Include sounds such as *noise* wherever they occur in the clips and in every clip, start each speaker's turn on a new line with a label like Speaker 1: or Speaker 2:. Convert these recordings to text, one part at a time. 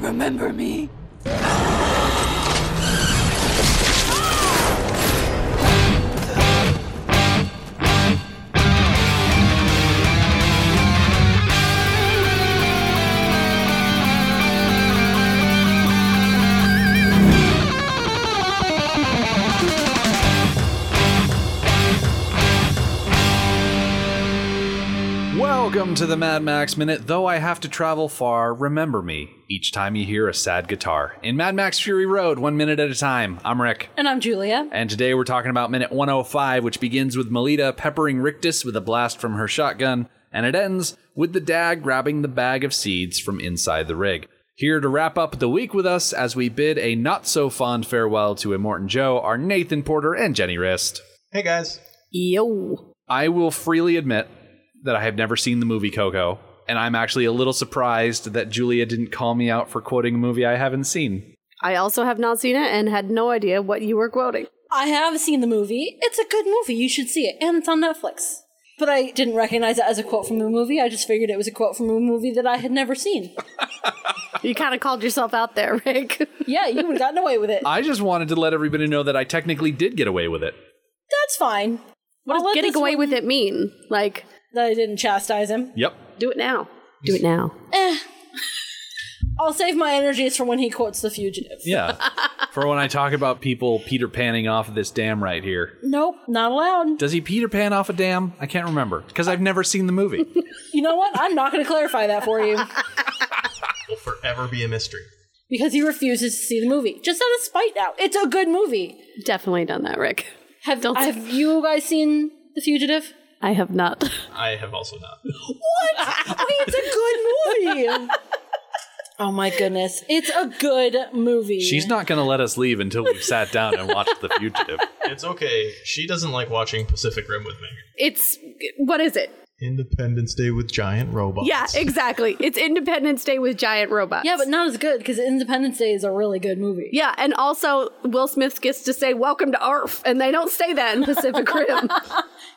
Speaker 1: remember me?
Speaker 2: Welcome to the Mad Max Minute. Though I have to travel far, remember me each time you hear a sad guitar. In Mad Max Fury Road, one minute at a time, I'm Rick.
Speaker 3: And I'm Julia.
Speaker 2: And today we're talking about minute 105, which begins with Melita peppering Rictus with a blast from her shotgun, and it ends with the dag grabbing the bag of seeds from inside the rig. Here to wrap up the week with us as we bid a not so fond farewell to Immortan Joe are Nathan Porter and Jenny Rist.
Speaker 4: Hey guys.
Speaker 3: Yo.
Speaker 2: I will freely admit that I have never seen the movie Coco, and I'm actually a little surprised that Julia didn't call me out for quoting a movie I haven't seen.
Speaker 5: I also have not seen it and had no idea what you were quoting.
Speaker 3: I have seen the movie. It's a good movie. You should see it. And it's on Netflix. But I didn't recognize it as a quote from a movie. I just figured it was a quote from a movie that I had never seen.
Speaker 5: You kind of called yourself out there, *laughs* Rick.
Speaker 3: Yeah, you would have gotten away with it.
Speaker 2: I just wanted to let everybody know that I technically did get away with it.
Speaker 3: That's fine.
Speaker 5: What
Speaker 3: I'll let
Speaker 5: does getting
Speaker 3: this
Speaker 5: away
Speaker 3: one-
Speaker 5: with it mean? Like,
Speaker 3: That I didn't chastise him.
Speaker 2: Yep.
Speaker 5: do it now. Do it now.
Speaker 3: I'll save my energies for when he quotes The Fugitive.
Speaker 2: Yeah. *laughs* for when I talk about people Peter panning off of this dam right here.
Speaker 3: Nope, not allowed.
Speaker 2: Does he Peter pan off a dam? I can't remember because I've never seen the *laughs* movie.
Speaker 3: You know what? I'm not going to clarify that for you *laughs*
Speaker 4: Will forever be a mystery.
Speaker 3: because he refuses to see the movie. Just out of spite now. It's a good movie.
Speaker 5: Definitely done that, Rick.
Speaker 3: Have,
Speaker 5: Don't-
Speaker 3: have you guys seen The Fugitive?
Speaker 5: I have not. *laughs*
Speaker 4: I have also not.
Speaker 3: What? Okay, it's a good movie. Oh my goodness. It's a good movie.
Speaker 2: She's not going to let us leave until we've sat down and watched The Fugitive.
Speaker 4: It's okay. She doesn't like watching Pacific Rim with me.
Speaker 5: It's what is it?
Speaker 4: Independence Day with giant robots.
Speaker 5: Yeah, exactly. It's Independence Day with giant robots.
Speaker 3: Yeah, but not as good because Independence Day is a really good movie.
Speaker 5: yeah, and also Will Smith gets to say "Welcome to Arf," and they don't say that in Pacific *laughs* Rim.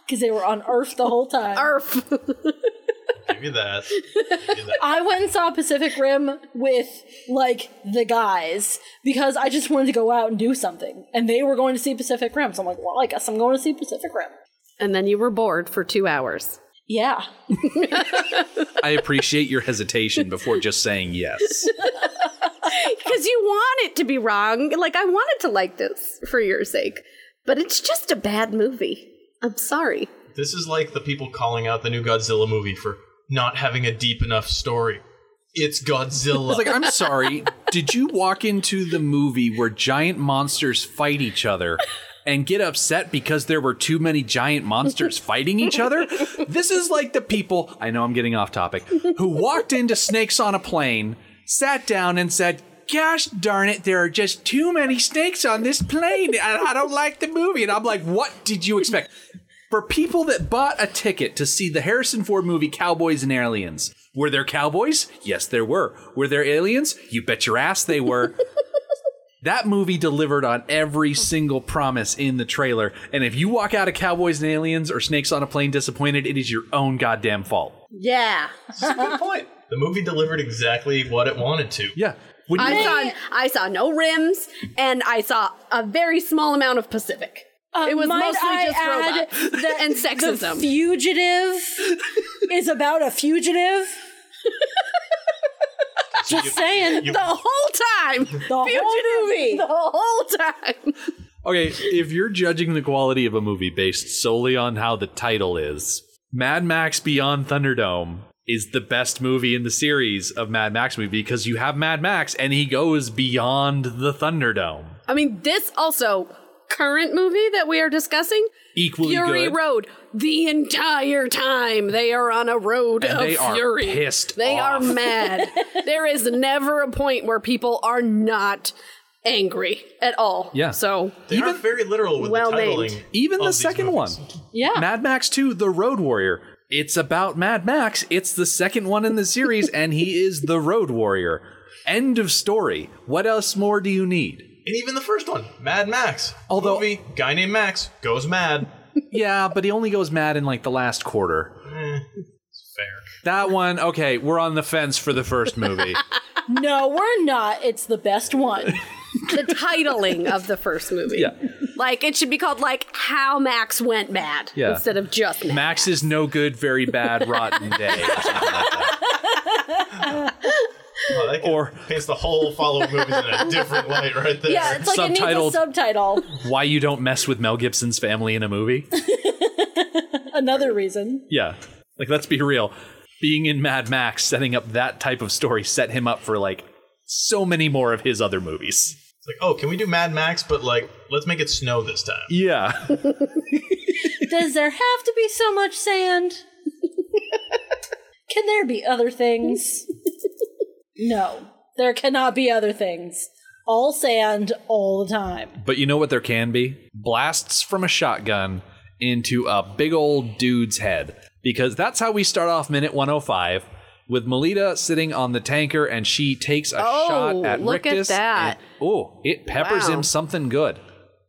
Speaker 3: Because they were on Earth the whole time.
Speaker 5: Arf.
Speaker 4: Give you that. Give you that.
Speaker 3: I went and saw Pacific Rim with like the guys because I just wanted to go out and do something. And they were going to see Pacific Rim. So I'm like, well, I guess I'm going to see Pacific Rim.
Speaker 5: And then you were bored for two hours.
Speaker 3: Yeah.
Speaker 2: I appreciate your hesitation before just saying yes.
Speaker 5: Because you want it to be wrong. Like, I wanted to like this for your sake, but it's just a bad movie. I'm sorry.
Speaker 4: This is like the people calling out the new Godzilla movie for not having a deep enough story. It's Godzilla.
Speaker 2: It's like, I'm sorry. Did you walk into the movie where giant monsters fight each other and get upset because there were too many giant monsters fighting each other? This is like the people, I know I'm getting off topic, who walked into Snakes on a Plane, sat down, and said, Gosh darn it, there are just too many snakes on this plane, and I don't like the movie. And I'm like, What did you expect? For people that bought a ticket to see the Harrison Ford movie Cowboys and Aliens, were there cowboys? Yes, there were. Were there aliens? You bet your ass they were. that movie delivered on every single promise in the trailer. And if you walk out of Cowboys and Aliens or Snakes on a Plane disappointed, it is your own goddamn fault.
Speaker 3: Yeah.
Speaker 4: Good point. The movie delivered exactly what it wanted to.
Speaker 2: Yeah. When you-
Speaker 5: I saw I saw no rims, and I saw a very small amount of Pacific. it was
Speaker 3: Uh, might
Speaker 5: mostly
Speaker 3: I
Speaker 5: just
Speaker 3: add
Speaker 5: robots
Speaker 3: that
Speaker 5: and
Speaker 3: The
Speaker 5: sexism.
Speaker 3: Fugitive is about a fugitive. Just saying.
Speaker 5: *laughs* the whole time, the
Speaker 3: whole movie.
Speaker 5: the whole time.
Speaker 2: okay, if you're judging the quality of a movie based solely on how the title is, Mad Max Beyond Thunderdome is the best movie in the series of Mad Max movie because you have Mad Max and he goes beyond the Thunderdome.
Speaker 5: I mean, this also current movie that we are discussing,
Speaker 2: Equally
Speaker 5: Fury
Speaker 2: good.
Speaker 5: Road. The entire time they are on a road
Speaker 2: And
Speaker 5: of
Speaker 2: they are
Speaker 5: fury.
Speaker 2: pissed
Speaker 5: They
Speaker 2: off. *laughs*
Speaker 5: are mad. there is never a point where people are not angry at all.
Speaker 2: Yeah.
Speaker 5: So
Speaker 4: They are very literal with
Speaker 5: well
Speaker 4: the
Speaker 5: named.
Speaker 4: titling.
Speaker 2: Even
Speaker 4: of
Speaker 2: the
Speaker 4: these
Speaker 2: second
Speaker 4: movies.
Speaker 2: one.
Speaker 3: Yeah.
Speaker 2: Mad Max 2, The Road Warrior. It's about Mad Max. It's the second one in the
Speaker 5: *laughs*
Speaker 2: series, and he is the Road Warrior. End of story. What else more do you need?
Speaker 4: And even the first one, Mad Max.
Speaker 2: Although-
Speaker 4: movie, guy named Max goes mad.
Speaker 2: Yeah, but he only goes mad in like the last quarter.
Speaker 4: Fair.
Speaker 2: That one, okay, we're on the fence for the first movie.
Speaker 3: no, we're not. It's the best one.
Speaker 2: *laughs*
Speaker 5: the titling of the first movie.
Speaker 2: Yeah.
Speaker 5: Like it should be called like How Max Went Mad
Speaker 2: Yeah.
Speaker 5: instead of just Mad.
Speaker 2: Max is no good, very bad, rotten day.
Speaker 4: Wow, that
Speaker 2: Or-
Speaker 4: or paints the whole follow-up movies in a different light, right there.
Speaker 3: Yeah, it's like it needs
Speaker 2: Subtitled.
Speaker 3: a subtitle.
Speaker 2: Why you don't mess with Mel Gibson's family in a movie?
Speaker 3: Another reason.
Speaker 2: Yeah. Like, let's be real. Being in Mad Max, setting up that type of story set him up for like so many more of his other movies.
Speaker 4: It's like, oh, can we do Mad Max? But like, let's make it snow this time.
Speaker 2: Yeah.
Speaker 3: Does there have to be so much sand? Can there be other things? No, there cannot be other things. All sand, all the time.
Speaker 2: But you know what there can be? Blasts from a shotgun into a big old dude's head. Because that's how we start off minute 105 with Melita sitting on the tanker and she takes a
Speaker 5: Oh,
Speaker 2: shot at
Speaker 5: look at
Speaker 2: Rictus.
Speaker 5: that.
Speaker 2: oh, it peppers
Speaker 5: Wow.
Speaker 2: him something good.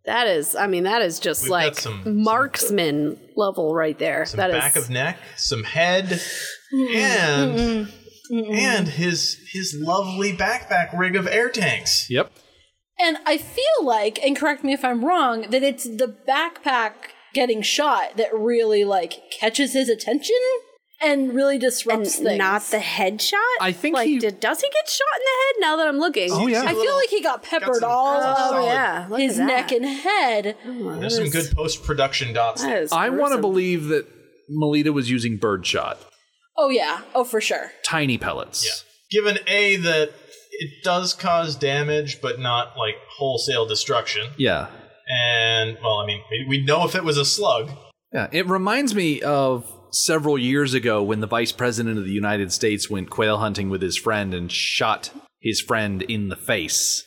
Speaker 5: That is, I mean, that is just
Speaker 4: We've got
Speaker 5: like
Speaker 4: some-
Speaker 5: marksman level right there.
Speaker 4: Some
Speaker 5: That is
Speaker 4: back of neck, some head, and and his his lovely backpack rig of air tanks.
Speaker 2: Yep.
Speaker 3: And I feel like, and correct me if I'm wrong, that it's the backpack getting shot that really like catches his attention and really disrupts things.
Speaker 5: not the headshot.
Speaker 2: I think
Speaker 5: like
Speaker 2: he-
Speaker 5: did, does he get shot in the head? Now that I'm looking,
Speaker 2: Oh, yeah.
Speaker 3: I feel like he got peppered
Speaker 4: some-
Speaker 3: all
Speaker 4: got some
Speaker 3: over
Speaker 4: solid-
Speaker 5: yeah, Oh, look
Speaker 3: his
Speaker 5: at that. Mm.
Speaker 3: neck and head.
Speaker 4: There's some good post-production dots.
Speaker 5: That is
Speaker 2: I want to
Speaker 5: gruesome.
Speaker 2: believe that Melita was using birdshot,
Speaker 3: Oh yeah. Oh for sure.
Speaker 2: tiny pellets.
Speaker 4: Yeah. Given a that it does cause damage, but not like wholesale destruction.
Speaker 2: Yeah.
Speaker 4: And well, I mean, we, we know if it was a slug.
Speaker 2: Yeah, it reminds me of several years ago when the vice president of the United States went quail hunting with his friend and shot his friend in the face.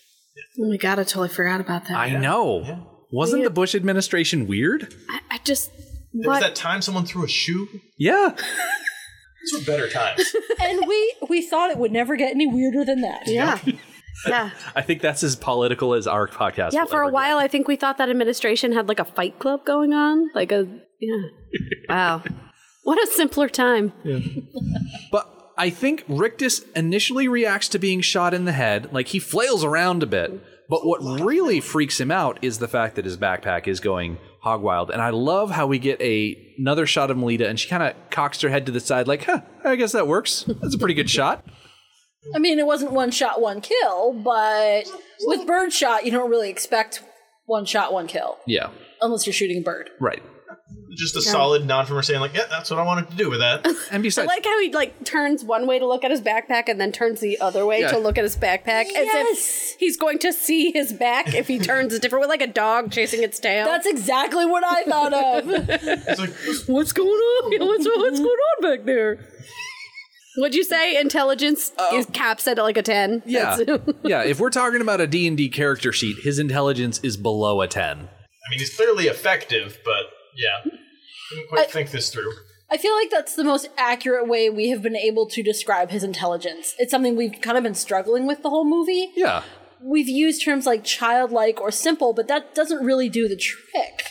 Speaker 5: Oh my god, I totally forgot about that.
Speaker 2: I know. Wasn't the Bush administration weird?
Speaker 5: I, I just what
Speaker 4: There was that time someone threw a shoe.
Speaker 2: Yeah.
Speaker 4: These were
Speaker 3: *laughs*
Speaker 4: better times.
Speaker 3: and we we thought it would never get any weirder than that.
Speaker 5: yeah. *laughs* Yeah.
Speaker 2: I think that's as political as our podcast.
Speaker 5: Yeah,
Speaker 2: will
Speaker 5: for
Speaker 2: ever
Speaker 5: a
Speaker 2: get.
Speaker 5: while I think we thought that administration had like a fight club going on. Like a yeah. Wow. What a simpler time.
Speaker 2: But I think Rictus initially reacts to being shot in the head, like he flails around a bit. But what really freaks him out is the fact that his backpack is going hog wild. And I love how we get a, another shot of Melita, and she kind of cocks her head to the side, like, huh, I guess that works. That's a pretty good shot.
Speaker 3: I mean, it wasn't one shot, one kill, but with bird shot, you don't really expect one shot, one kill
Speaker 2: *laughs* Yeah,
Speaker 3: unless you're shooting a bird.
Speaker 2: right.
Speaker 4: Just a solid nod from her saying like, "Yeah, that's what I wanted to do
Speaker 3: *laughs*
Speaker 4: with that."
Speaker 2: And
Speaker 5: I
Speaker 2: besides,
Speaker 5: like how he like turns one way to look at his backpack and then turns the other way
Speaker 2: Yeah.
Speaker 5: to look at his backpack as
Speaker 3: Yes.
Speaker 5: if he's going to see his back if he turns a different way, like a dog chasing its tail.
Speaker 3: That's exactly what I thought of. *laughs*
Speaker 4: It's like,
Speaker 5: what's going on? Yeah, *laughs* What's, what's going on back there? Would you say intelligence
Speaker 4: Oh.
Speaker 5: is caps at like a ten?
Speaker 2: yeah,
Speaker 5: *laughs* That's-
Speaker 2: yeah. If we're talking about a D and D character sheet, his intelligence is below a ten.
Speaker 4: I mean, he's clearly effective, but yeah, didn't quite think this through.
Speaker 3: I feel like that's the most accurate way we have been able to describe his intelligence. It's something we've kind of been struggling with the whole movie.
Speaker 2: Yeah,
Speaker 3: We've used terms like childlike or simple, but that doesn't really do the trick.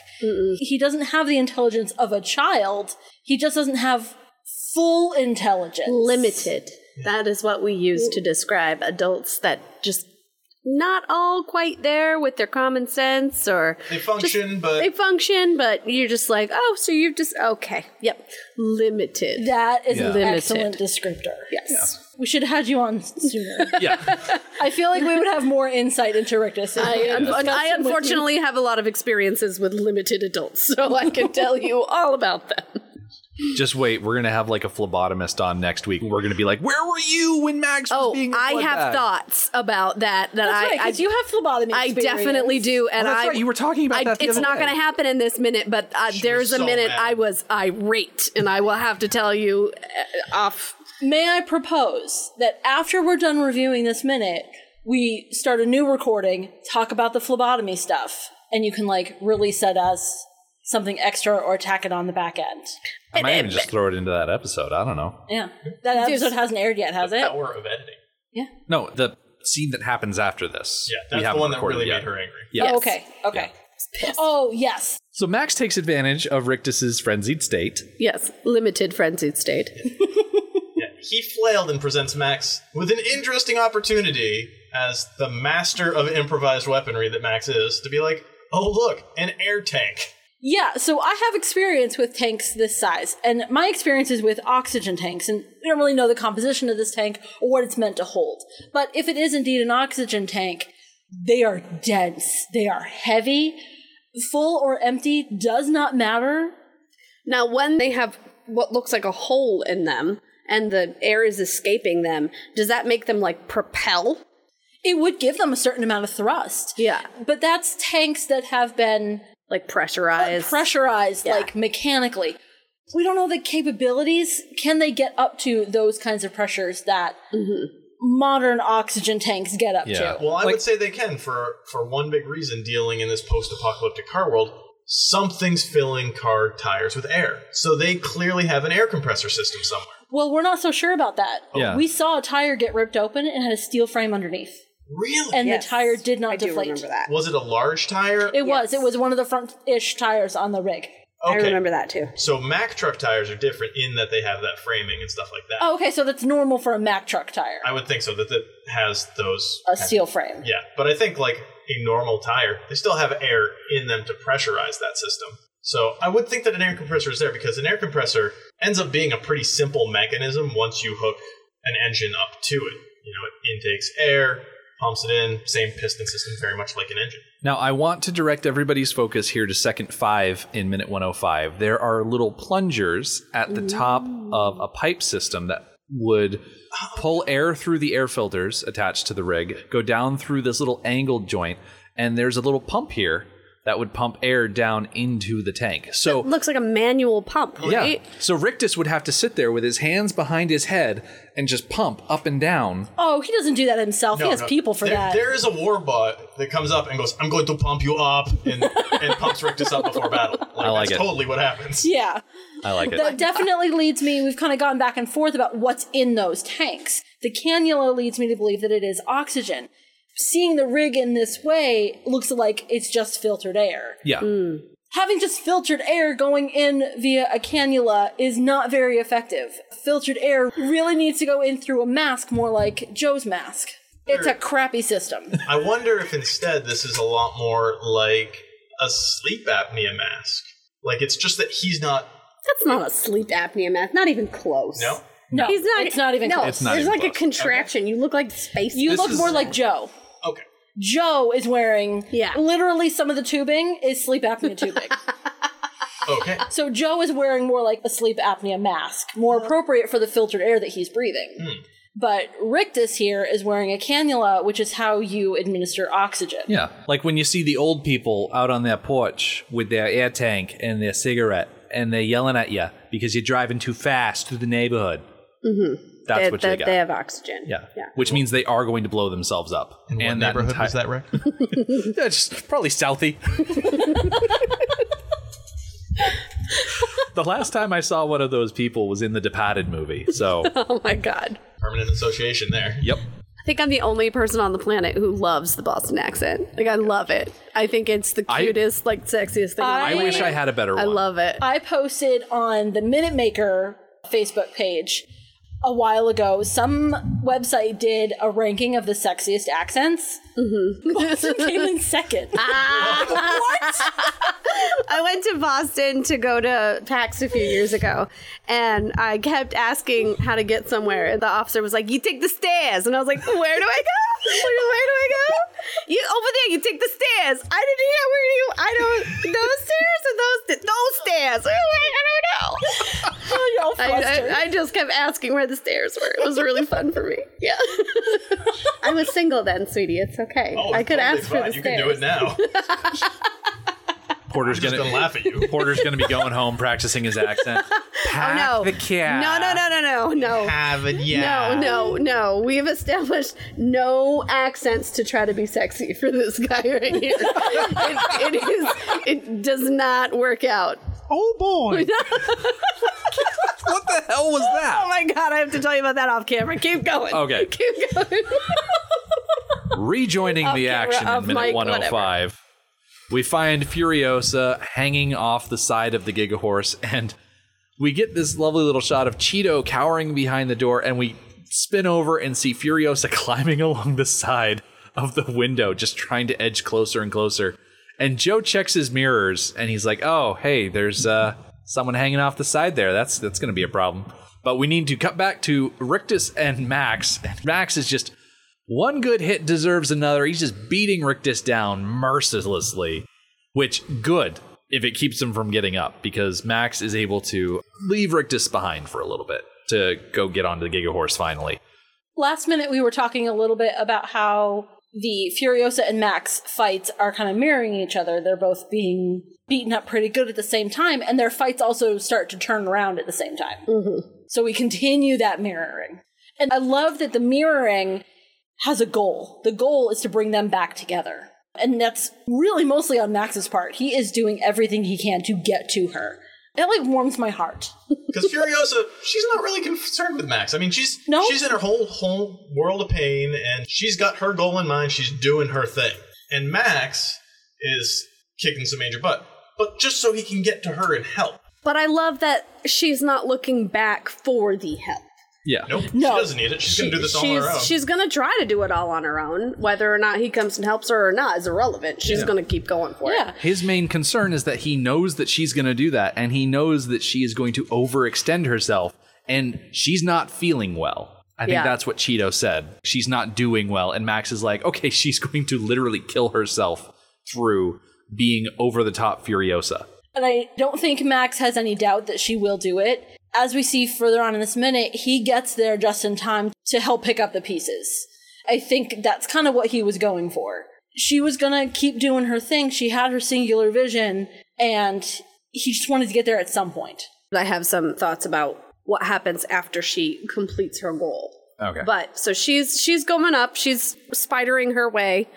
Speaker 3: He doesn't have the intelligence of a child, he just doesn't have full intelligence.
Speaker 5: limited. That is what we use to describe adults that just not all quite there with their common sense or
Speaker 4: They function, but
Speaker 5: they function, but you're just like, oh, so you're just okay. Yep. Limited.
Speaker 3: That is an
Speaker 5: Limited.
Speaker 3: excellent descriptor.
Speaker 5: yes.
Speaker 3: We should have had you on sooner.
Speaker 5: *laughs*
Speaker 2: yeah.
Speaker 3: *laughs* I feel like we would have more insight into Rictus. if we
Speaker 5: I,
Speaker 3: had
Speaker 5: un-
Speaker 3: discussed
Speaker 5: I
Speaker 3: it with you.
Speaker 5: unfortunately have a lot of experiences with limited adults, so I can tell you all about them.
Speaker 2: Just wait, we're gonna have like a phlebotomist on next week. We're gonna be like, where were you when Max was
Speaker 5: Oh,
Speaker 2: being? a
Speaker 5: I
Speaker 2: bloodbath?"
Speaker 5: have thoughts about that. That
Speaker 3: That's right,
Speaker 5: I, I
Speaker 3: 'cause you have phlebotomy.
Speaker 5: I
Speaker 3: experience.
Speaker 5: definitely do, and
Speaker 2: Oh, that's
Speaker 5: I
Speaker 2: right, you were talking about
Speaker 5: I,
Speaker 2: that the
Speaker 5: it's
Speaker 2: other
Speaker 5: not
Speaker 2: day.
Speaker 5: going to happen in this minute, but uh, there's
Speaker 4: was
Speaker 5: a
Speaker 4: so
Speaker 5: minute
Speaker 4: mad.
Speaker 5: I was irate, and I will have to tell you uh, off.
Speaker 3: May I propose that after we're done reviewing this minute, we start a new recording, talk about the phlebotomy stuff, and you can like release it as something extra or tack it on the back end.
Speaker 2: I might even just throw it into that episode. I don't know.
Speaker 3: Yeah, that episode hasn't aired yet, has it?
Speaker 4: power of editing.
Speaker 3: Yeah.
Speaker 2: No, the scene that happens after this.
Speaker 4: Yeah,
Speaker 2: We
Speaker 4: that's the
Speaker 2: haven't
Speaker 4: one that
Speaker 2: recorded
Speaker 4: really
Speaker 2: yet.
Speaker 4: made her angry.
Speaker 2: Yeah.
Speaker 3: Oh, okay. Okay. Oh yes.
Speaker 2: So Max takes advantage of Rictus's frenzied state.
Speaker 5: Yes, limited frenzied state.
Speaker 4: Yeah, he flailed and presents Max with an interesting opportunity as the master of improvised weaponry that Max is to be like, oh, look, an air tank.
Speaker 3: Yeah, so I have experience with tanks this size, and my experience is with oxygen tanks, and we don't really know the composition of this tank or what it's meant to hold. But if it is indeed an oxygen tank, they are dense, they are heavy. Full or empty does not matter.
Speaker 5: Now, when they have what looks like a hole in them and the air is escaping them, does that make them like propel?
Speaker 3: It would give them a certain amount of thrust.
Speaker 5: Yeah.
Speaker 3: But that's tanks that have been
Speaker 5: Like pressurized?
Speaker 3: pressurized
Speaker 5: Yeah.
Speaker 3: like mechanically we don't know the capabilities can they get up to those kinds of pressures that
Speaker 5: Mm-hmm.
Speaker 3: modern oxygen tanks get up
Speaker 2: Yeah.
Speaker 3: to
Speaker 4: Well, I
Speaker 2: Like-
Speaker 4: would say they can for, for one big reason dealing in this post apocalyptic car world. Something's filling car tires with air. So they clearly have an air compressor system somewhere.
Speaker 3: well we're not so sure about that
Speaker 2: Yeah.
Speaker 3: we saw a tire get ripped open and had a steel frame underneath
Speaker 4: Really?
Speaker 3: and
Speaker 5: Yes.
Speaker 3: the tire did not
Speaker 5: I do
Speaker 3: deflate
Speaker 5: remember that.
Speaker 4: was it a large tire?
Speaker 3: it was it was one of the front-ish tires on the rig
Speaker 5: I remember that too.
Speaker 4: So Mack truck tires are different in that they have that framing and stuff like that.
Speaker 3: oh, okay so that's normal for a mack truck tire
Speaker 4: I would think so that that has those.
Speaker 3: a steel frame
Speaker 4: Yeah, but I think like a normal tire, they still have air in them to pressurize that system. So I would think that an air compressor is there because an air compressor ends up being a pretty simple mechanism once you hook an engine up to it. You know, it intakes air, pumps it in, same piston system, very much like an engine.
Speaker 2: Now, I want to direct everybody's focus here to second five in minute 105. There are little plungers at the top of a pipe system that would pull air through the air filters attached to the rig, go down through this little angled joint, and there's a little pump here that would pump air down into the tank. So,
Speaker 5: Looks like a manual pump,
Speaker 2: yeah.
Speaker 5: right?
Speaker 2: So Rictus would have to sit there with his hands behind his head and just pump up and down.
Speaker 3: oh he doesn't do that himself he has people for
Speaker 4: There-
Speaker 3: that
Speaker 4: There is a war bot that comes up and goes, "I'm going to pump you up,"
Speaker 5: *laughs*
Speaker 4: and, and pumps Rictus up before battle. Like,
Speaker 2: I like
Speaker 4: that's
Speaker 2: it.
Speaker 4: totally what happens.
Speaker 3: yeah
Speaker 2: I like it.
Speaker 3: that definitely leads me we've kind of gone back and forth about what's in those tanks the cannula leads me to believe that it is oxygen seeing the rig in this way looks like it's just filtered air
Speaker 2: Yeah.
Speaker 3: having just filtered air going in via a cannula is not very effective filtered air really needs to go in through a mask more like joe's mask it's a crappy system
Speaker 2: *laughs*
Speaker 4: I wonder if instead this is a lot more like a sleep apnea mask. Like it's just that he's not.
Speaker 5: That's not a sleep apnea mask. Not even close.
Speaker 4: No,
Speaker 3: no
Speaker 5: He's not.
Speaker 3: it's not even
Speaker 5: no,
Speaker 3: close
Speaker 2: It's not
Speaker 5: there's
Speaker 2: even
Speaker 5: like
Speaker 2: close.
Speaker 5: a contraction. You look like space.
Speaker 3: you
Speaker 2: This
Speaker 3: look
Speaker 2: is-
Speaker 3: more like joe
Speaker 4: okay.
Speaker 3: joe is wearing
Speaker 5: Yeah.
Speaker 3: literally some of the tubing is sleep apnea tubing
Speaker 5: *laughs*
Speaker 4: Okay.
Speaker 3: So Joe is wearing more like a sleep apnea mask, more appropriate for the filtered air that he's breathing.
Speaker 5: Hmm.
Speaker 3: But Rictus here is wearing a cannula, which is how you administer oxygen.
Speaker 2: Yeah. Like when you see the old people out on their porch with their air tank and their cigarette and they're yelling at you because you're driving too fast through the neighborhood. Mm-hmm. That's
Speaker 5: They-
Speaker 2: what
Speaker 5: they,
Speaker 2: you got.
Speaker 5: they have oxygen.
Speaker 2: yeah.
Speaker 5: Yeah.
Speaker 2: Which means they are going to blow themselves up. and that entire,
Speaker 4: that right?
Speaker 2: That's just probably Southie. *laughs* the last time I saw one of those people was in the Departed movie.
Speaker 5: *laughs*
Speaker 2: So,
Speaker 5: Oh my god.
Speaker 4: *laughs* Permanent association there.
Speaker 2: yep.
Speaker 5: I think I'm the only person on the planet who loves the Boston accent. Like I love it. I think it's the
Speaker 2: I-
Speaker 5: cutest, like sexiest thing.
Speaker 3: I
Speaker 2: I wish I had a better one.
Speaker 5: I love it.
Speaker 3: I posted on the Minute Maker Facebook page a while ago. Some website did a ranking of the sexiest
Speaker 5: *laughs*
Speaker 3: accents. Boston came in second.
Speaker 5: Ah, I went to Boston to go to PAX a few years ago, and I kept asking how to get somewhere. And the officer was like, "You take the stairs," and I was like, "Where do I go? Where, where do I go? You over there? You take the stairs. I didn't hear where you. I don't those stairs or those sta- those stairs. *laughs* Oh, I don't *laughs* know."
Speaker 3: Oh, *laughs* y'all
Speaker 5: I,
Speaker 3: flustered.
Speaker 5: I, I just kept asking where the stairs were. It was really fun for me. Yeah, *laughs* I was single then, sweetie. It's okay.
Speaker 4: Oh,
Speaker 5: I
Speaker 4: it's
Speaker 5: could
Speaker 4: totally
Speaker 5: ask for the
Speaker 4: fine.
Speaker 5: stairs.
Speaker 4: You can do it
Speaker 2: *laughs*
Speaker 4: now. I'm
Speaker 2: Porter's
Speaker 4: just
Speaker 2: going to
Speaker 4: gonna laugh at you.
Speaker 2: Porter's going to be going home practicing his
Speaker 5: *laughs*
Speaker 2: accent. Pack
Speaker 5: Oh,
Speaker 2: the
Speaker 5: no.
Speaker 2: cat.
Speaker 5: No, no, no, no, no, no.
Speaker 4: Haven't
Speaker 5: No, Oh, no, no. We've established no accents to try to be sexy for this guy right here. *laughs* it, it is. It does not work out.
Speaker 2: Oh boy. what the hell was
Speaker 5: Oh
Speaker 2: that?
Speaker 5: my god! I have to tell you about that off camera. Keep going.
Speaker 2: Okay.
Speaker 5: *laughs* Keep going.
Speaker 2: *laughs* Rejoining the
Speaker 5: camera,
Speaker 2: action
Speaker 5: off
Speaker 2: in minute
Speaker 5: mic,
Speaker 2: 105, we find Furiosa hanging off the side of the Giga Horse and We get this lovely little shot of Cheeto cowering behind the door, and we spin over and see Furiosa *laughs* climbing along the side of the window, just trying to edge closer and closer. And Joe checks his mirrors, and he's like, "Oh, hey, there's uh, someone hanging off the side there. That's that's going to be a problem." But we need to cut back to Rictus and Max. And Max is just one good hit deserves another. He's just beating Rictus down mercilessly, which good if it keeps him from getting up because Max is able to leave Rictus behind for a little bit to go get onto the Giga Horse finally.
Speaker 3: Last minute, we were talking a little bit about how the Furiosa and Max fights are kind of mirroring each other. They're both being beaten up pretty good at the same time, and their fights also start to turn around at the same time. So we continue that mirroring. And I love that the mirroring has a goal. The goal is to bring them back together. And that's really mostly on Max's part. He is doing everything he can to get to her. It like warms my heart.
Speaker 4: Because Furiosa, she's not really concerned with Max. I mean, she's
Speaker 3: No.
Speaker 4: she's in her whole whole world of pain, and she's got her goal in mind. She's doing her thing, and Max is kicking some major butt, but just so he can get to her and help.
Speaker 5: But I love that she's not looking back for the help.
Speaker 2: Yeah.
Speaker 4: Nope,
Speaker 3: No.
Speaker 4: she doesn't need it. She's gonna do this all on
Speaker 5: she's,
Speaker 4: her own.
Speaker 5: she's gonna try to do it all on her own. Whether or not he comes and helps her or not is irrelevant. She's gonna keep going for it.
Speaker 3: Yeah.
Speaker 2: His main concern is that he knows that she's going to do that and he knows that she is going to overextend herself and she's not feeling well. I think
Speaker 5: Yeah.
Speaker 2: that's what Cheeto said. She's not doing well. And Max is like, okay, *laughs* she's going to literally kill herself through being over the top Furiosa.
Speaker 3: And I don't think Max has any doubt that she will do it. As we see further on in this minute, he gets there just in time to help pick up the pieces. I think that's kind of what he was going for. She was going to keep doing her thing. She had her singular vision, and he just wanted to get there at some point.
Speaker 5: I have some thoughts about what happens after she completes her goal.
Speaker 2: Okay.
Speaker 5: But so she's she's going up. She's spidering her way.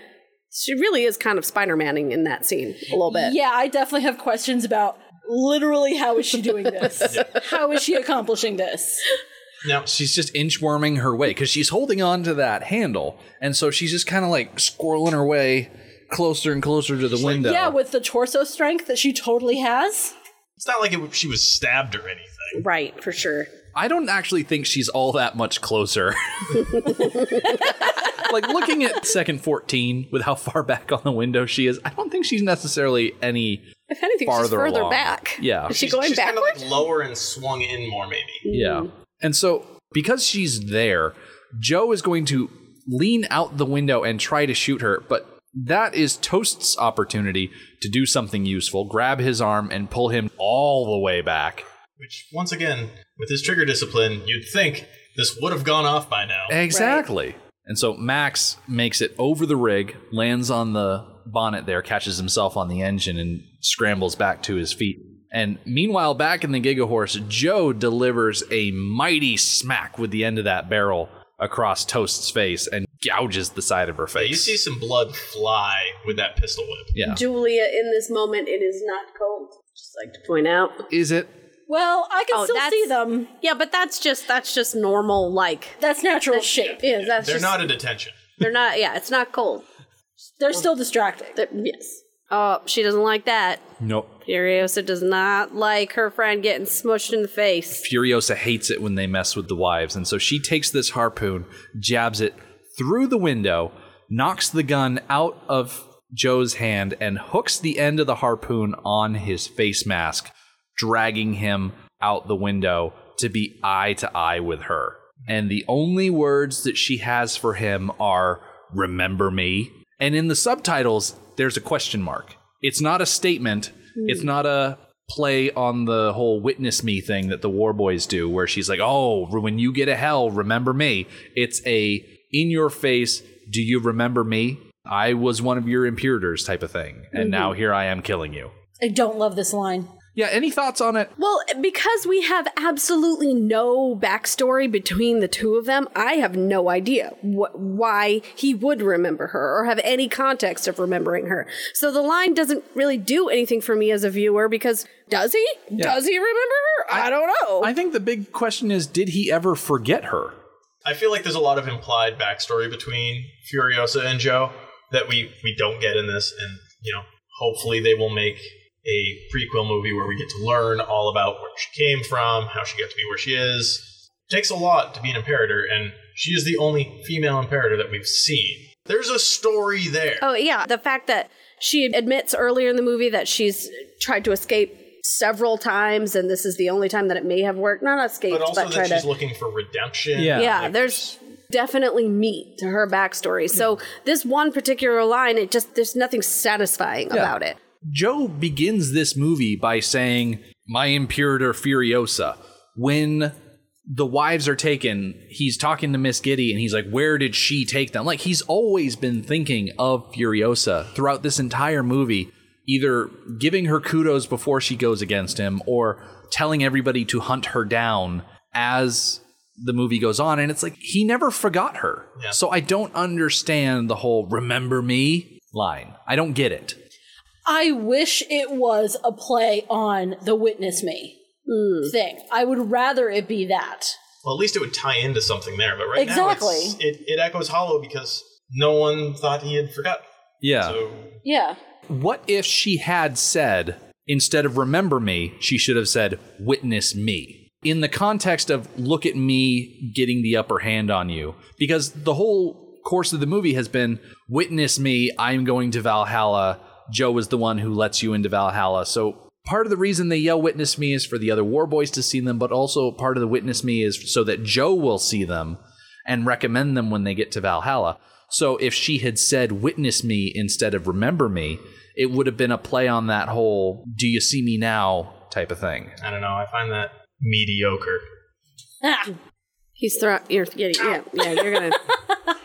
Speaker 5: She really is kind of Spider Manning in that scene a little bit.
Speaker 3: Yeah, I definitely have questions about literally how is she doing *laughs* this? how is she accomplishing this?
Speaker 4: now
Speaker 2: she's just inchworming her way because she's holding on to that handle. And so she's just kind of like squirreling her way closer and closer to the window.
Speaker 3: Yeah, with the torso strength that she totally has.
Speaker 4: it's not like it, she was stabbed or anything.
Speaker 5: Right, for sure.
Speaker 2: I don't actually think she's all that much closer. *laughs* like looking at second 14 with how far back on the window she is, I don't think she's necessarily any
Speaker 5: If anything, she's
Speaker 2: farther
Speaker 5: further
Speaker 2: along.
Speaker 5: back.
Speaker 2: Yeah.
Speaker 5: Is she
Speaker 4: She's-
Speaker 5: going
Speaker 4: she's kinda,
Speaker 5: backward?
Speaker 4: like lower and swung in more, maybe.
Speaker 2: Yeah. And so because she's there, Joe is going to lean out the window and try to shoot her, but that is Toast's opportunity to do something useful, grab his arm and pull him all the way back.
Speaker 4: Which, once again, with his trigger discipline, you'd think this would have gone off by
Speaker 2: Eh.
Speaker 4: now.
Speaker 2: Exactly. And so Max makes it over the rig, lands on the bonnet there, catches himself on the engine, and scrambles back to his feet. And meanwhile, back in the Giga Horse, Joe delivers a mighty smack with the end of that barrel across Toast's face and gouges the side of her face.
Speaker 4: You see some blood fly with that pistol whip.
Speaker 2: yeah.
Speaker 5: Julia, in this moment, it is not cold. Just like to point out.
Speaker 2: Is it?
Speaker 3: Well, I can
Speaker 5: Oh,
Speaker 3: still
Speaker 5: that's-
Speaker 3: see them.
Speaker 5: Yeah, but that's just that's just normal. Like,
Speaker 3: That's natural shape.
Speaker 5: yeah, that's
Speaker 4: They're
Speaker 5: just,
Speaker 4: not in detention.
Speaker 5: They're not. Yeah, it's not cold.
Speaker 3: They're still distracting.
Speaker 5: They're- yes. Oh, she doesn't like that.
Speaker 2: Nope.
Speaker 5: Furiosa does not like her friend getting smushed in the face.
Speaker 2: Furiosa hates it when they mess with the wives, and so she takes this harpoon, jabs it through the window, knocks the gun out of Joe's hand, and hooks the end of the harpoon on his face mask, dragging him out the window to be eye to eye with her. And the only words that she has for him are, Remember me? And in the subtitles, there's a question mark. It's not a statement, it's not a play on the whole witness me thing that the war boys do where she's like oh when you get a hell remember me it's a in your face do you remember me i was one of your imperators type of thing and now here i am killing you
Speaker 3: I don't love this line.
Speaker 2: yeah any thoughts on it
Speaker 5: Well, because we have absolutely no backstory between the two of them, I have no idea wh- why he would remember her or have any context of remembering her. So the line doesn't really do anything for me as a viewer because does he? Does he remember her? I, don't know.
Speaker 2: i think the big question is did he ever forget her
Speaker 4: I feel like there's a lot of implied backstory between Furiosa and Joe that we, we don't get in this, and, you know, hopefully they will make a prequel movie where we get to learn all about where she came from, how she got to be where she is. It takes a lot to be an imperator, and she is the only female imperator that we've seen. There's a story there.
Speaker 5: Oh, yeah. The fact that she admits earlier in the movie that she's tried to escape several times, and this is the only time that it may have worked. Not escaped,
Speaker 4: but
Speaker 5: but,
Speaker 4: also that
Speaker 5: tried
Speaker 4: she's
Speaker 5: to.
Speaker 4: looking for redemption.
Speaker 2: Yeah.
Speaker 5: yeah,
Speaker 4: Like,
Speaker 5: there's definitely meat to her backstory. So this one particular line, it just there's nothing satisfying about it.
Speaker 2: Joe begins this movie by saying, My Imperator Furiosa. When the wives are taken, he's talking to Miss Giddy and he's like, Where did she take them? Like, he's always been thinking of Furiosa throughout this entire movie, either giving her kudos before she goes against him or telling everybody to hunt her down as the movie goes on. And it's like, he never forgot her. So I don't understand the whole remember me line. I don't get it.
Speaker 3: I wish it was a play on the witness me thing. I would rather it be that.
Speaker 4: Well, at least it would tie into something there. But right now, it's,
Speaker 3: Exactly.
Speaker 4: it, it echoes hollow because no one thought he had forgotten.
Speaker 2: Yeah.
Speaker 4: So
Speaker 3: Yeah.
Speaker 2: What if she had said, instead of remember me, she should have said, witness me? In the context of look at me getting the upper hand on you. Because the whole course of the movie has been witness me, I'm going to Valhalla. Joe is the one who lets you into Valhalla. So part of the reason they yell witness me is for the other war boys to see them, but also part of the witness me is so that Joe will see them and recommend them when they get to Valhalla. So if she had said witness me instead of remember me, it would have been a play on that whole do you see me now type of thing.
Speaker 4: I don't know. I find that mediocre.
Speaker 3: Ah.
Speaker 5: He's throwing. You're getting. Yeah, yeah. You're gonna.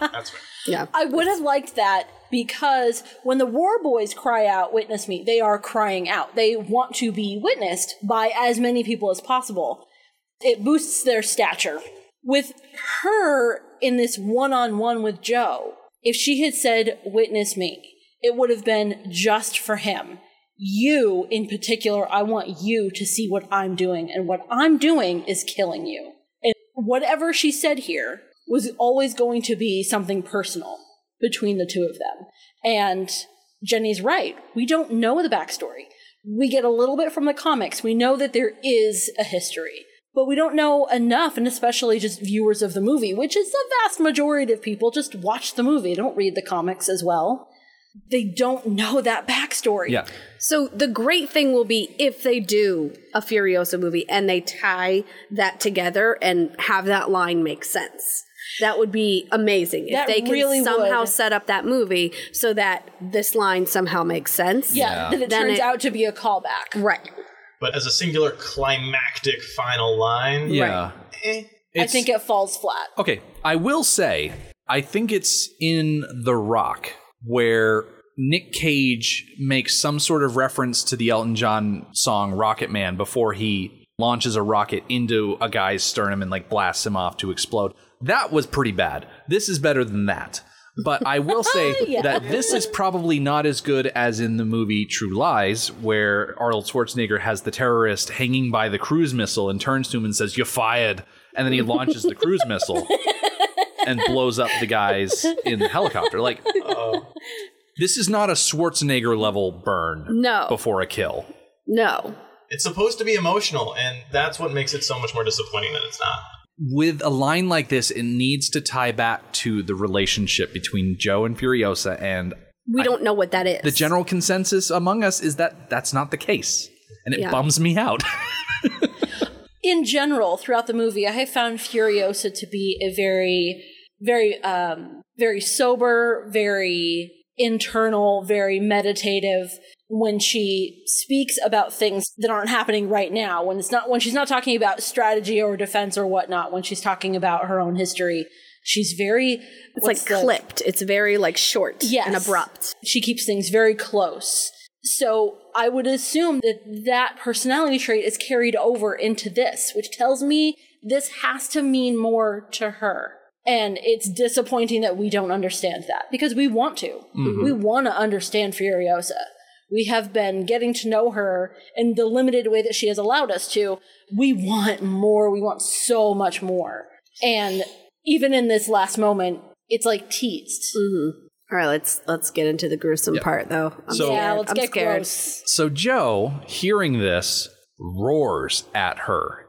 Speaker 4: That's fair.
Speaker 5: Yeah.
Speaker 3: I would have liked that because when the war boys cry out, witness me, they are crying out. They want to be witnessed by as many people as possible. It boosts their stature. With her in this one on one with Joe, if she had said, witness me, it would have been just for him. You, in particular, I want you to see what I'm doing, and what I'm doing is killing you. And whatever she said here was always going to be something personal between the two of them. And Jenny's right. We don't know the backstory. We get a little bit from the comics. We know that there is a history, but we don't know enough, and especially just viewers of the movie, which is the vast majority of people just watch the movie, don't read the comics as well. They don't know that backstory.
Speaker 2: Yeah.
Speaker 5: So the great thing will be if they do a Furiosa movie and they tie that together and have that line make sense. That would be amazing
Speaker 3: That
Speaker 5: if they can
Speaker 3: really
Speaker 5: somehow
Speaker 3: would.
Speaker 5: set up that movie so that this line somehow makes sense.
Speaker 3: Yeah, that it
Speaker 5: Then
Speaker 3: turns
Speaker 5: it-
Speaker 3: out to be a callback.
Speaker 5: Right.
Speaker 4: But as a singular climactic final line,
Speaker 2: Yeah.
Speaker 4: eh,
Speaker 3: I think it falls flat.
Speaker 2: Okay, I will say, I think it's in The Rock where Nick Cage makes some sort of reference to the Elton John song Rocket Man before he launches a rocket into a guy's sternum and like blasts him off to explode. That was pretty bad. This is better than that. But I will say
Speaker 3: Yeah.
Speaker 2: that this is probably not as good as in the movie True Lies, where Arnold Schwarzenegger has the terrorist hanging by the cruise missile and turns to him and says, You're fired. And then he launches the cruise missile and blows up the guys in the helicopter. Like, this is not a Schwarzenegger level burn
Speaker 5: No.
Speaker 2: before a kill.
Speaker 5: No.
Speaker 4: it's supposed to be emotional, and that's what makes it so much more disappointing that it's not.
Speaker 2: With a line like this, it needs to tie back to the relationship between Joe and Furiosa and
Speaker 5: We don't know what that is.
Speaker 2: the general consensus among us is that that's not the case and it
Speaker 5: Yeah.
Speaker 2: bums me out
Speaker 3: in general throughout the movie i have found furiosa to be a very very um very sober very internal very meditative when she speaks about things that aren't happening right now when it's not when she's not talking about strategy or defense or whatnot when she's talking about her own history she's very
Speaker 5: it's like clipped. It's very like short
Speaker 3: Yes.
Speaker 5: and abrupt.
Speaker 3: she keeps things very close. So I would assume that that personality trait is carried over into this, which tells me this has to mean more to her. And it's disappointing that we don't understand that because we want to. We want to understand Furiosa. We have been getting to know her in the limited way that she has allowed us to. We want more. We want so
Speaker 5: Mm-hmm.
Speaker 3: much more. And even in this last moment, it's like teased
Speaker 5: All right, let's let's get into the gruesome part though. I'm
Speaker 2: So-
Speaker 3: yeah,
Speaker 5: scared.
Speaker 3: let's
Speaker 5: I'm
Speaker 3: get
Speaker 5: scared.
Speaker 3: gross.
Speaker 2: So Joe, hearing this, roars at her,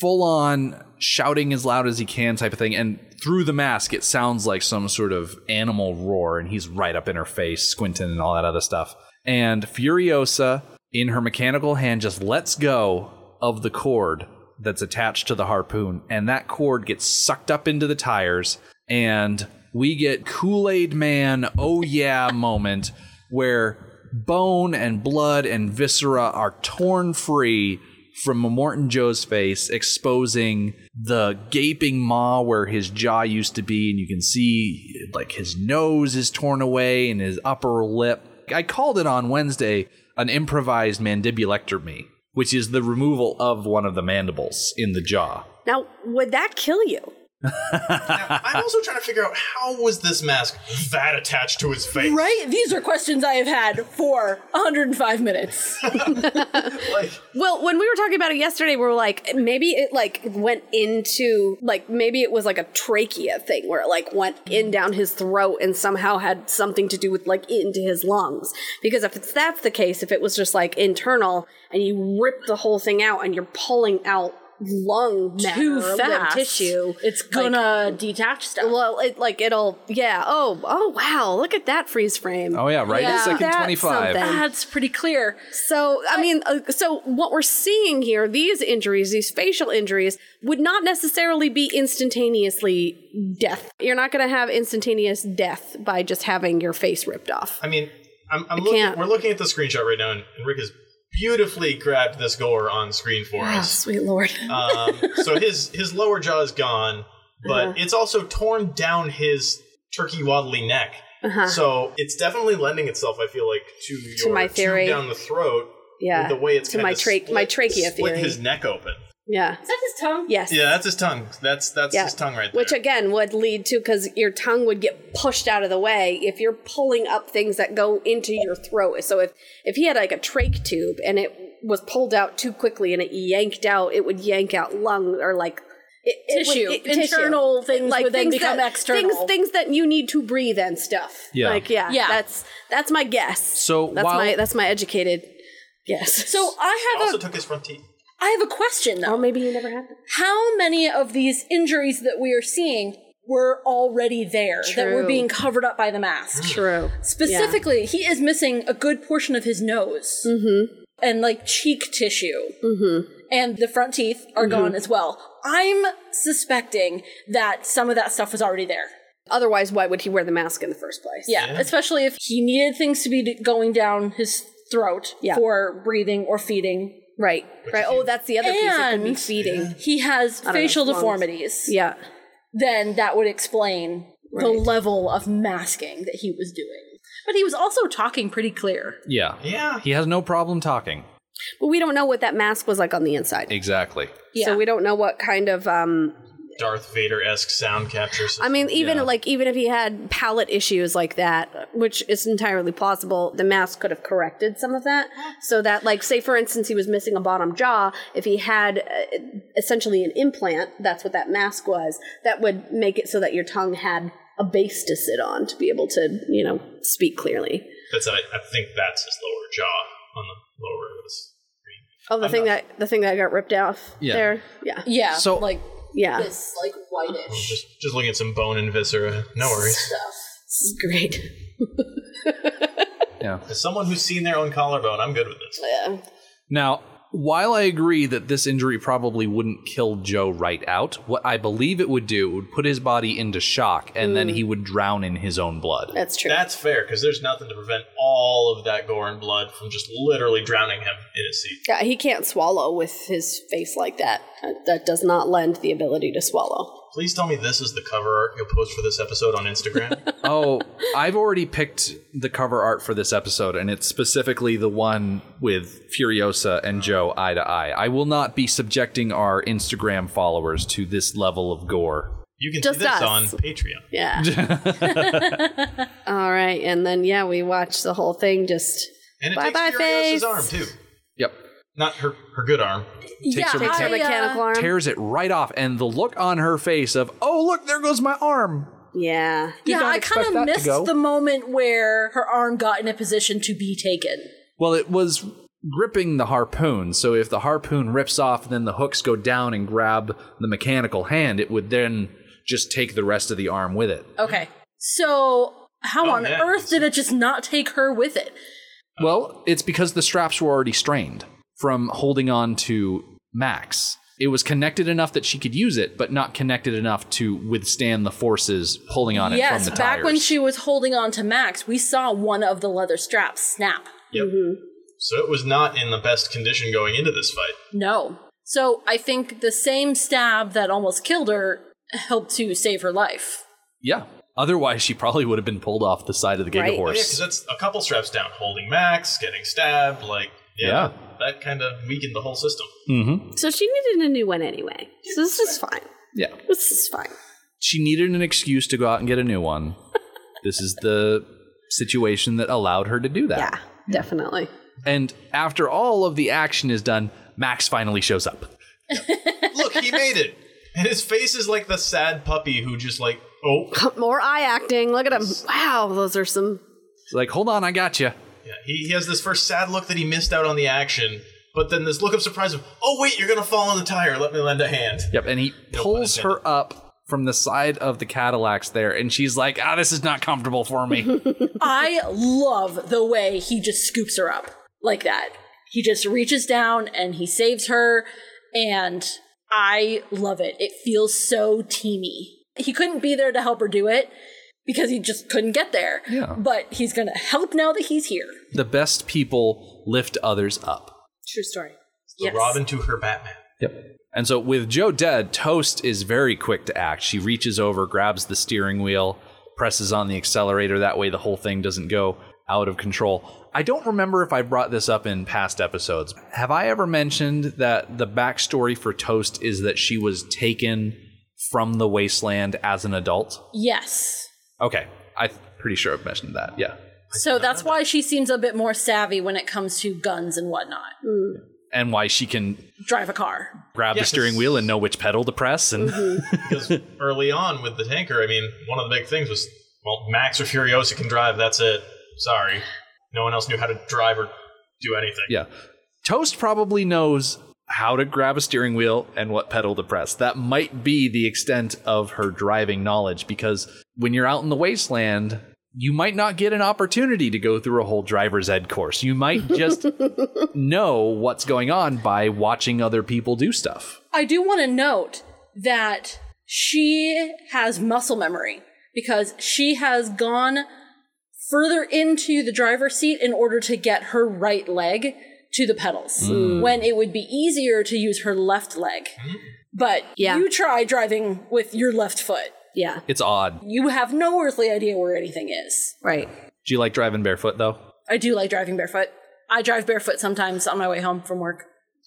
Speaker 2: full on shouting as loud as he can, type of thing. And through the mask, it sounds like some sort of animal roar, and he's right up in her face, squinting and all that other stuff. And Furiosa, in her mechanical hand, just lets go of the cord that's attached to the harpoon, and that cord gets sucked up into the tires, and we get Kool Aid Man, oh yeah moment where bone and blood and viscera are torn free from Morton Joe's face, exposing the gaping maw where his jaw used to be, and you can see like his nose is torn away and his upper lip. I called it on Wednesday an improvised mandibulectomy, which is the removal of one of the mandibles in the jaw.
Speaker 5: Now, would that kill you?
Speaker 4: I'm also trying to figure out how was this mask that attached to his face?
Speaker 3: Right? These are questions I have had for 105 minutes.
Speaker 4: Like,
Speaker 5: Well, when we were talking about it yesterday, we were like, maybe it like went into like maybe it was like a trachea thing where it like went in down his throat and somehow had something to do with like into his lungs. Because if it's that's the case, if it was just like internal and you rip the whole thing out and you're pulling out lung matter,
Speaker 3: Too
Speaker 5: or limb
Speaker 3: fast.
Speaker 5: tissue,
Speaker 3: It's
Speaker 5: like,
Speaker 3: gonna detach stuff.
Speaker 5: well, it like it'll yeah. Oh, oh wow! Look at that freeze frame.
Speaker 2: Oh, yeah, right?
Speaker 3: Yeah.
Speaker 2: at second
Speaker 5: That's
Speaker 2: 25.
Speaker 5: something.
Speaker 3: That's pretty clear.
Speaker 5: So, I mean, uh, so what we're seeing here, these injuries, these facial injuries, would not necessarily be instantaneously death. You're not going to have instantaneous death by just having your face ripped off.
Speaker 4: I mean, I'm, I'm looking,
Speaker 5: can't.
Speaker 4: we're looking at the screenshot right now, and, and Rick has beautifully grabbed this gore on screen for
Speaker 5: Oh,
Speaker 4: us.
Speaker 5: sweet lord.
Speaker 4: Um, so his his lower jaw is gone, but
Speaker 5: Uh-huh.
Speaker 4: it's also torn down his turkey waddly neck. So it's definitely lending itself, I feel like, to your
Speaker 5: Uh-huh. my
Speaker 4: tube
Speaker 5: theory.
Speaker 4: down the throat.
Speaker 5: Yeah,
Speaker 4: with the way it's
Speaker 5: to
Speaker 4: kinda
Speaker 5: my trach-
Speaker 4: split-
Speaker 5: my trachea
Speaker 4: split
Speaker 5: theory.
Speaker 4: his neck open.
Speaker 5: yeah.
Speaker 3: Is that his tongue?
Speaker 5: Yes.
Speaker 4: Yeah, that's his tongue. That's that's
Speaker 5: Yeah.
Speaker 4: his tongue right there.
Speaker 5: Which again would lead to because your tongue would get pushed out of the way if you're pulling up things that go into your throat. So if if he had like a trach tube and it was pulled out too quickly and it yanked out, it would yank out lung or like it, it would-
Speaker 3: Tissue.
Speaker 5: it-
Speaker 3: Internal things would then become
Speaker 5: that,
Speaker 3: external.
Speaker 5: Things things that you need to breathe and stuff.
Speaker 2: Yeah.
Speaker 5: like yeah,
Speaker 3: Yeah.
Speaker 5: That's that's my guess.
Speaker 2: So
Speaker 5: that's
Speaker 2: while-
Speaker 5: my that's my educated guess.
Speaker 3: So I have
Speaker 4: also
Speaker 3: a
Speaker 4: took his front teeth.
Speaker 3: I have a question though.
Speaker 5: or maybe you never had. That.
Speaker 3: How many of these injuries that we are seeing were already there that were
Speaker 5: True.
Speaker 3: being covered up by the mask?
Speaker 5: True.
Speaker 3: Specifically, he is missing a good portion of his nose
Speaker 5: Mm-hmm.
Speaker 3: and like cheek tissue. Mm-hmm. And the front teeth are
Speaker 5: Mm-hmm.
Speaker 3: gone as well. I'm suspecting that some of that stuff was already there.
Speaker 5: Otherwise, why would he wear the mask in the first place?
Speaker 3: Yeah, especially if he needed things to be d- going down his throat
Speaker 5: Yeah.
Speaker 3: for breathing or feeding.
Speaker 5: Right. Right. Oh, that's the other piece that could be
Speaker 3: And-
Speaker 5: feeding.
Speaker 3: He has facial
Speaker 5: lungs.
Speaker 3: deformities.
Speaker 5: Yeah.
Speaker 3: Then that would explain the
Speaker 5: Right.
Speaker 3: level of masking that he was doing. But he was also talking pretty clear.
Speaker 2: yeah.
Speaker 4: Yeah.
Speaker 2: He has no problem talking.
Speaker 5: But we don't know what that mask was like on the inside.
Speaker 2: Exactly.
Speaker 3: Yeah.
Speaker 5: So we don't know what kind of um
Speaker 4: Darth Vader esque sound captures.
Speaker 5: I mean even like even if he had palate issues like that, which is entirely plausible, the mask could have corrected some of that. So that like say for instance he was missing a bottom jaw, if he had uh, essentially an implant, that's what that mask was, that would make it so that your tongue had a base to sit on to be able to, you know, speak clearly.
Speaker 4: that's I, I think that's his lower jaw on the lower of his.
Speaker 5: Oh, the thing that the thing that got ripped off
Speaker 2: Yeah.
Speaker 5: there. Yeah.
Speaker 3: Yeah.
Speaker 2: So-
Speaker 3: like
Speaker 5: Yeah.
Speaker 3: this like whitish
Speaker 4: Just just looking at some bone and viscera. No worries.
Speaker 3: stuff.
Speaker 5: This is great.
Speaker 2: Yeah.
Speaker 4: As someone who's seen their own collarbone, I'm good with this.
Speaker 2: Now, while I agree that this injury probably wouldn't kill Joe right out, what I believe it would do would put his body into shock and then he would drown in his own
Speaker 5: *laughs*
Speaker 2: blood.
Speaker 5: That's true.
Speaker 4: That's fair because there's nothing to prevent all of that gore and blood from just literally drowning him in his seat.
Speaker 5: Yeah, he can't swallow with his face like that. That- That does not lend the ability to swallow.
Speaker 4: Please tell me this is the cover art you'll post for this episode on Instagram.
Speaker 2: *laughs* oh, I've already picked the cover art for this episode and it's specifically the one with Furiosa and Joe eye to eye. I will not be subjecting our Instagram followers to this level of gore.
Speaker 4: You can
Speaker 5: Just
Speaker 4: see this
Speaker 5: us.
Speaker 4: on Patreon. *laughs*
Speaker 5: Yeah. *laughs* All right, and then yeah, we watch the whole thing. Just
Speaker 4: And it
Speaker 5: Bye-bye,
Speaker 4: takes Furiosa's
Speaker 5: face.
Speaker 4: arm too.
Speaker 2: Yep.
Speaker 4: Not her her good arm.
Speaker 3: yeah,
Speaker 2: her
Speaker 5: takes
Speaker 3: I,
Speaker 5: her
Speaker 3: uh,
Speaker 5: mechanical arm.
Speaker 2: Tears it right off and the look on her face of, "Oh, look, there goes my arm."
Speaker 5: Yeah.
Speaker 1: Did
Speaker 3: yeah,
Speaker 1: not
Speaker 3: I
Speaker 1: expect
Speaker 3: kind
Speaker 1: that
Speaker 3: of
Speaker 1: to
Speaker 3: missed
Speaker 1: go.
Speaker 3: the moment where her arm got in a position to be taken.
Speaker 2: Well, it was gripping the harpoon, so if the harpoon rips off and then the hooks go down and grab the mechanical hand, it would then just take the rest of the arm with it.
Speaker 3: Okay. So, how
Speaker 4: Oh,
Speaker 3: on
Speaker 4: man.
Speaker 3: earth did it just not take her with it?
Speaker 2: Well, it's because the straps were already strained from holding on to Max. It was connected enough that she could use it, but not connected enough to withstand the forces pulling on it
Speaker 3: yes,
Speaker 2: from the
Speaker 3: back
Speaker 2: tires.
Speaker 3: when she was holding on to Max, we saw one of the leather straps snap.
Speaker 4: Yep. So it was not in the best condition going into this fight.
Speaker 3: No. So, I think the same stab that almost killed her helped to save her life.
Speaker 2: Yeah. Otherwise, she probably would have been pulled off the side of the Giga
Speaker 5: Right.
Speaker 4: Yeah,
Speaker 2: Horse.
Speaker 4: because that's a couple straps down, holding Max, getting stabbed, like yeah,
Speaker 2: Yeah.
Speaker 4: that kind of weakened the whole system.
Speaker 2: Mm-hmm.
Speaker 5: So she needed a new one anyway. So this is fine.
Speaker 2: Yeah.
Speaker 5: This is fine.
Speaker 2: She needed an excuse to go out and get a new one. this is the situation that allowed her to do that.
Speaker 5: Yeah, definitely.
Speaker 2: And after all of the action is done, Max finally shows up.
Speaker 4: Look, he made it, *laughs* and his face is like the sad puppy who just like oh
Speaker 5: More eye acting. Look at him. Wow, those are some.
Speaker 2: He's like, hold on, I got you.
Speaker 4: yeah, he, he has this first sad look that he missed out on the action, but then this look of surprise of oh wait, you're gonna fall on the tire. Let me lend a hand.
Speaker 2: Yep. And he pulls
Speaker 4: pun
Speaker 2: her up from the side of the Cadillacs there, and she's like, ah, this is not comfortable for me.
Speaker 3: I love the way he just scoops her up like that. He just reaches down and he saves her, and I love it. It feels so teamy. He couldn't be there to help her do it because he just couldn't get there.
Speaker 2: Yeah.
Speaker 3: But he's gonna help now that he's here.
Speaker 2: the best people lift others up.
Speaker 3: True story.
Speaker 4: The
Speaker 3: Yes.
Speaker 4: Robin to her Batman.
Speaker 2: Yep. And so with Joe dead, Toast is very quick to act. She reaches over, grabs the steering wheel, presses on the accelerator. That way, the whole thing doesn't go out of control. I don't remember if I brought this up in past episodes. Have I ever mentioned that the backstory for Toast is that she was taken from the wasteland as an adult?
Speaker 3: Yes.
Speaker 2: Okay. I'm pretty sure I've mentioned that. Yeah.
Speaker 3: So that's why she seems a bit more savvy when it comes to guns and whatnot.
Speaker 2: And why she can
Speaker 3: Drive a car.
Speaker 2: grab the
Speaker 4: Yes.
Speaker 2: steering wheel and know which pedal to press and
Speaker 4: Because early on with the tanker, I mean, one of the big things was well, Max or Furiosa can drive. That's it. Sorry, no one else knew how to drive or do anything.
Speaker 2: Yeah. Toast probably knows how to grab a steering wheel and what pedal to press. That might be the extent of her driving knowledge because when you're out in the wasteland, you might not get an opportunity to go through a whole driver's ed course. You might
Speaker 5: *laughs*
Speaker 2: just know what's going on by watching other people do stuff.
Speaker 3: I do want to note that she has muscle memory because she has gone further into the driver's seat in order to get her right leg to the pedals when it would be easier to use her left leg. But
Speaker 5: Yeah.
Speaker 3: you try driving with your left foot.
Speaker 5: Yeah,
Speaker 2: It's odd.
Speaker 3: You have no earthly idea where anything is.
Speaker 5: right.
Speaker 2: Do you like driving barefoot though?
Speaker 3: I do like driving barefoot. I drive barefoot sometimes on my way home from work.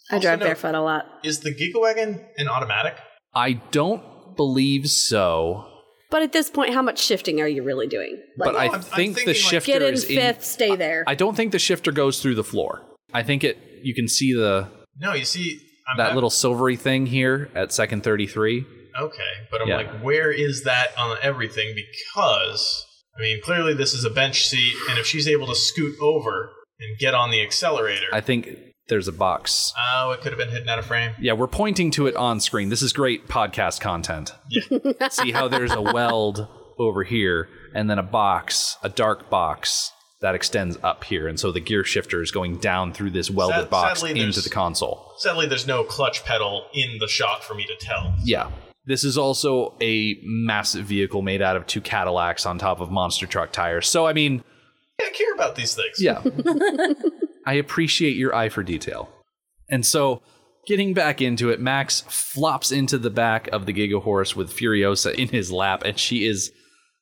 Speaker 5: I drive
Speaker 4: no-
Speaker 5: barefoot a lot.
Speaker 4: Is the Gigawagon an automatic?
Speaker 2: I don't believe so.
Speaker 5: But at this point, how much shifting are you really doing? Like,
Speaker 2: But I
Speaker 4: I'm- I'm
Speaker 2: think the
Speaker 4: thinking, like,
Speaker 2: shifter
Speaker 5: get in
Speaker 2: is
Speaker 5: fifth, stay there.
Speaker 2: I don't think the shifter goes through the floor. I think it you can see the
Speaker 4: No, you see, I'm
Speaker 2: that
Speaker 4: I'm-
Speaker 2: little silvery thing here at second 33.
Speaker 4: Okay, but I'm
Speaker 2: Yeah.
Speaker 4: like, where is that on everything? Because I mean, clearly this is a bench seat, and if she's able to scoot over and get on the accelerator,
Speaker 2: I think there's a box.
Speaker 4: oh, it could have been hidden out of frame.
Speaker 2: Yeah, we're pointing to it on screen. This is great podcast content.
Speaker 4: *laughs*
Speaker 2: See how there's a weld over here and then a box, a dark box that extends up here. And so the gear shifter is going down through this welded
Speaker 4: Sad-
Speaker 2: box
Speaker 4: sadly,
Speaker 2: into
Speaker 4: there's-
Speaker 2: the console.
Speaker 4: Sadly, there's no clutch pedal in the shot for me to tell.
Speaker 2: Yeah. This is also a massive vehicle made out of two Cadillacs on top of monster truck tires. So, I mean,
Speaker 4: I care about these things.
Speaker 2: Yeah. I appreciate your eye for detail. And so, getting back into it, Max flops into the back of the Giga Horse with Furiosa in his lap, and she is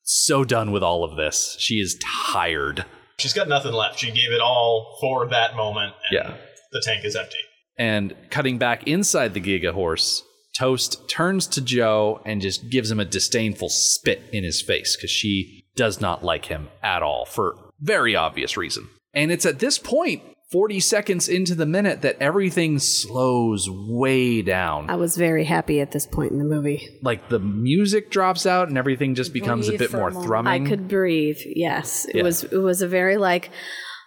Speaker 2: so done with all of this. She is tired.
Speaker 4: She's got nothing left. She gave it all for that moment, and
Speaker 2: Yeah.
Speaker 4: the tank is empty.
Speaker 2: And cutting back inside the Giga Horse, Toast turns to Joe and just gives him a disdainful spit in his face because she does not like him at all for very obvious reason. And it's at this point, 40 seconds into the minute that everything slows way down.
Speaker 3: Oh.
Speaker 5: I was very happy at this point in the movie.
Speaker 2: Like the music drops out and everything just becomes a
Speaker 3: Breathe
Speaker 2: bit
Speaker 3: for
Speaker 2: more
Speaker 3: a moment.
Speaker 5: I
Speaker 2: thrumming.
Speaker 5: could breathe. Yes, it
Speaker 2: Yeah.
Speaker 5: was. It was a very like,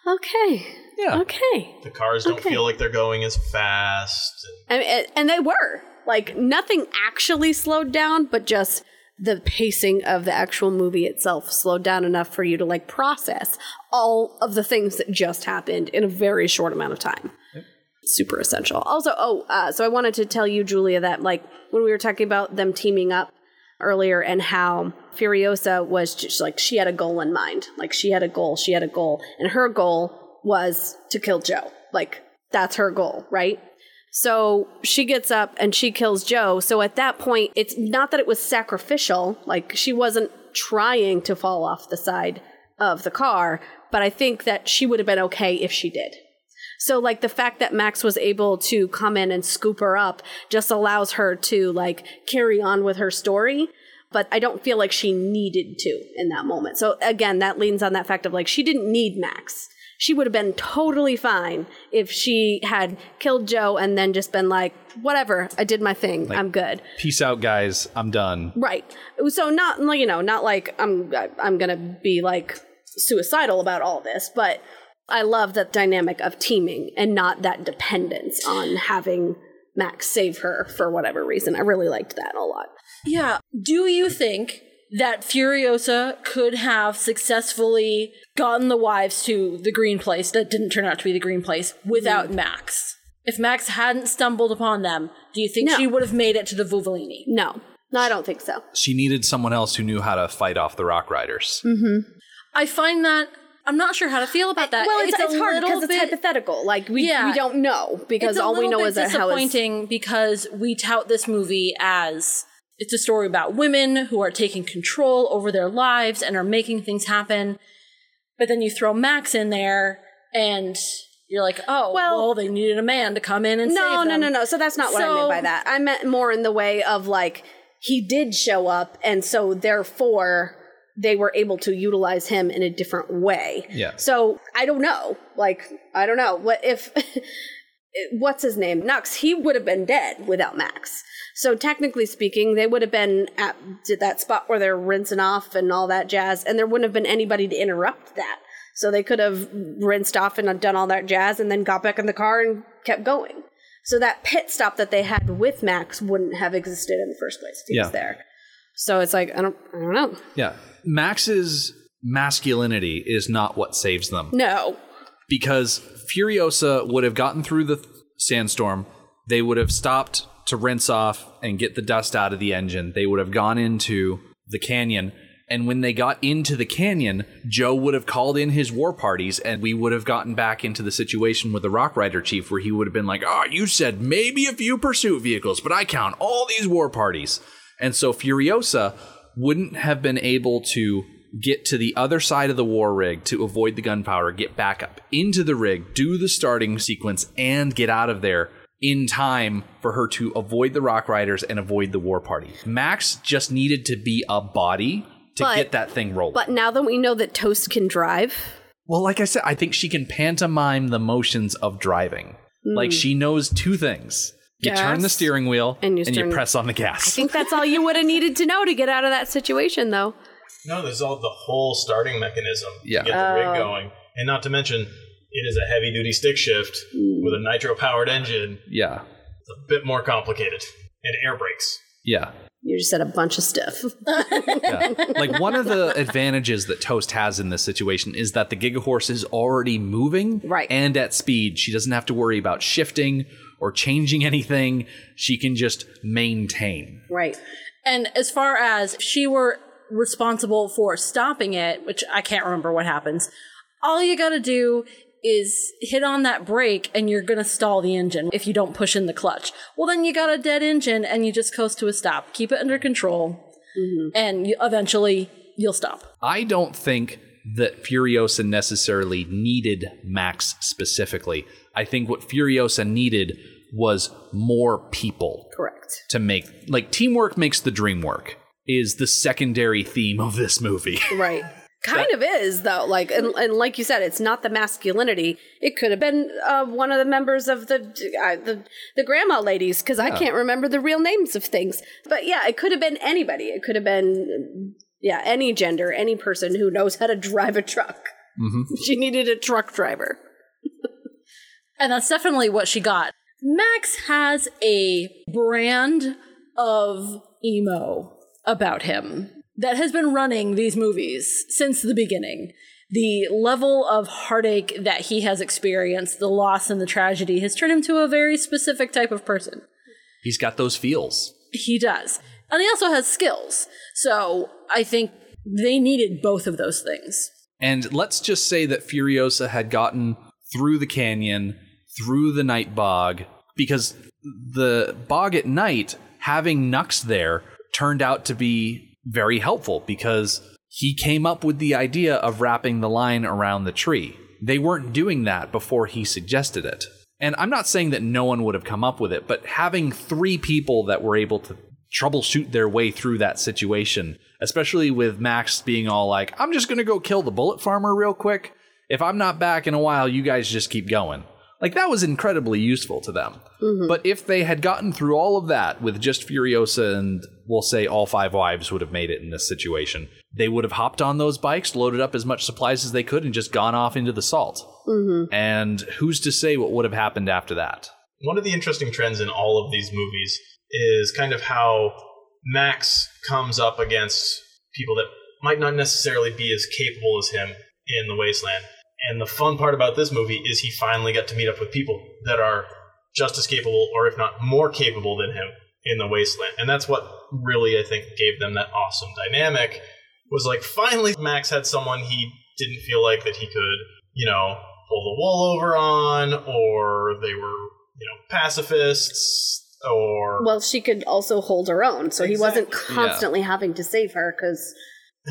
Speaker 5: okay,
Speaker 2: Yeah.
Speaker 5: okay.
Speaker 4: The cars don't
Speaker 5: Okay.
Speaker 4: feel like they're going as fast.
Speaker 5: I mean, and- and they were like nothing actually slowed down, but just the pacing of the actual movie itself slowed down enough for you to like process all of the things that just happened in a very short amount of time. Super essential. Also, oh, uh, so I wanted to tell you, Julia, that like when we were talking about them teaming up earlier and how Furiosa was just like she had a goal in mind. Like she had a goal, she had a goal, and her goal was to kill Joe. Like that's her goal, right? So she gets up and she kills Joe. So at that point, it's not that it was sacrificial, like she wasn't trying to fall off the side of the car, but I think that she would have been okay if she did. So like the fact that Max was able to come in and scoop her up just allows her to like carry on with her story. But I don't feel like she needed to in that moment. So again, that leans on that fact of like she didn't need Max. She would have been totally fine if she had killed Joe and then just been like, whatever, I did my thing, I'm good.
Speaker 2: Peace out, guys. I'm done.
Speaker 5: Right. So not like, you know, not like I'm I'm going to be like suicidal about all this, but I love that dynamic of teaming and not that dependence on having Max save her for whatever reason. I really liked that a lot.
Speaker 3: Yeah. Do you think that Furiosa could have successfully gotten the wives to the green place that didn't turn out to be the green place
Speaker 5: Mm.
Speaker 3: without Max? If Max hadn't stumbled upon them, do you think
Speaker 5: No.
Speaker 3: she would have made it to the Vuvolini?
Speaker 5: No. No, I don't think so.
Speaker 2: She needed someone else who knew how to fight off the Rock Riders.
Speaker 3: I find that I'm not sure how to feel about that.
Speaker 5: well, it's, it's,
Speaker 3: a
Speaker 5: hard
Speaker 3: little
Speaker 5: because it's
Speaker 3: bit-
Speaker 5: hypothetical. Like we
Speaker 3: Yeah.
Speaker 5: we don't know because
Speaker 3: it's a
Speaker 5: all we
Speaker 3: little
Speaker 5: know
Speaker 3: bit
Speaker 5: is that how it's
Speaker 3: disappointing because we tout this movie as it's a story about women who are taking control over their lives and are making things happen. But then you throw Max in there, and you're like, oh, well,
Speaker 5: Well-
Speaker 3: they needed a man to come in and
Speaker 5: no,
Speaker 3: save
Speaker 5: no,
Speaker 3: them.
Speaker 5: no, no. So that's not what I
Speaker 3: So-
Speaker 5: meant by that. I meant more in the way of like he did show up, and so therefore they were able to utilize him in a different way.
Speaker 2: Yeah.
Speaker 5: So I don't know. Like I don't know what if what's his name Nux. He would have been dead without Max. So technically speaking, they would have been at that spot where they're rinsing off and all that jazz, and there wouldn't have been anybody to interrupt that. So they could have rinsed off and done all that jazz, and then got back in the car and kept going. So that pit stop that they had with Max wouldn't have existed in the first place if he
Speaker 2: Yeah.
Speaker 5: was there. So it's like I don't, I don't know.
Speaker 2: Yeah. Max's masculinity is not what saves them.
Speaker 5: No,
Speaker 2: because Furiosa would have gotten through the th- sandstorm. They would have stopped to rinse off and get the dust out of the engine. They would have gone into the canyon. And when they got into the canyon, Joe would have called in his war parties, and we would have gotten back into the situation with the Rock Rider Chief, where he would have been like, Oh, you said maybe a few pursuit vehicles, but I count all these war parties. And so Furiosa wouldn't have been able to get to the other side of the war rig to avoid the gunpowder, get back up into the rig, do the starting sequence, and get out of there in time for her to avoid the Rock Riders and avoid the war party. Max just needed to be a body to
Speaker 5: But-
Speaker 2: get that thing rolling.
Speaker 5: but now that we know that Toast can drive,
Speaker 2: well, like I said, I think she can pantomime the motions of driving.
Speaker 5: Hmm.
Speaker 2: Like she knows two things. You turn the
Speaker 5: Yes.
Speaker 2: steering wheel and
Speaker 5: And you
Speaker 2: you,
Speaker 5: turn-
Speaker 2: press on the gas.
Speaker 5: I think that's all you would have needed to know to get out of that situation, though.
Speaker 4: No, there's all the whole starting mechanism
Speaker 2: Yeah.
Speaker 4: to get the rig going, and not to mention it is a heavy-duty stick shift with a nitro-powered engine.
Speaker 2: yeah.
Speaker 4: It's a bit more complicated, and air brakes.
Speaker 2: Yeah.
Speaker 5: You just said a bunch of stuff. *laughs*
Speaker 2: like one of the advantages that Toast has in this situation is that the Giga Horse is already moving
Speaker 5: Right.
Speaker 2: and at speed. She doesn't have to worry about shifting or changing anything. She can just maintain.
Speaker 5: right.
Speaker 3: And as far as if she were responsible for stopping it, which I can't remember what happens, all you gotta do is hit on that brake and you're gonna stall the engine if you don't push in the clutch. Well, then you got a dead engine and you just coast to a stop. Keep it under control and you, eventually you'll stop.
Speaker 2: I don't think that Furiosa necessarily needed Max specifically. I think what Furiosa needed was more people
Speaker 5: Correct.
Speaker 2: to make like teamwork makes the dream work is the secondary theme of this movie. *laughs*
Speaker 5: Right. *sighs* kind of is though like and, and like you said it's not the masculinity it could have been uh, one of the members of the uh, the, the grandma ladies because i can't remember the real names of things but yeah it could have been anybody it could have been yeah any gender any person who knows how to drive a truck *laughs* she needed a truck driver
Speaker 3: And that's definitely what she got. Max has a brand of emo about him that has been running these movies since the beginning. The level of heartache that he has experienced, the loss and the tragedy, has turned him to a very specific type of person.
Speaker 2: He's got those feels.
Speaker 3: He does. And he also has skills. So I think they needed both of those things.
Speaker 2: And let's just say that Furiosa had gotten through the canyon, through the night bog, because the bog at night, having Nux there, turned out to be very helpful because he came up with the idea of wrapping the line around the tree. They weren't doing that before he suggested it. And I'm not saying that no one would have come up with it, but having three people that were able to troubleshoot their way through that situation, especially with Max being all like, I'm just going to go kill the bullet farmer real quick. If I'm not back in a while, you guys just keep going. Like, that was incredibly useful to them.
Speaker 3: Hmm.
Speaker 2: But if they had gotten through all of that with just Furiosa and we'll say all five wives would have made it in this situation, they would have hopped on those bikes, loaded up as much supplies as they could, and just gone off into the salt.
Speaker 3: Mm-hmm.
Speaker 2: And who's to say what would have happened after that?
Speaker 4: one of the interesting trends in all of these movies is kind of how Max comes up against people that might not necessarily be as capable as him in the wasteland. And the fun part about this movie is he finally got to meet up with people that are just as capable, or if not more capable than him, in the wasteland. And that's what really I think gave them that awesome dynamic. Was like finally Max had someone he didn't feel like that he could, you know, pull the wool over on, or they were you know, pacifists or
Speaker 5: well she could also hold her own so he wasn't constantly having to save her because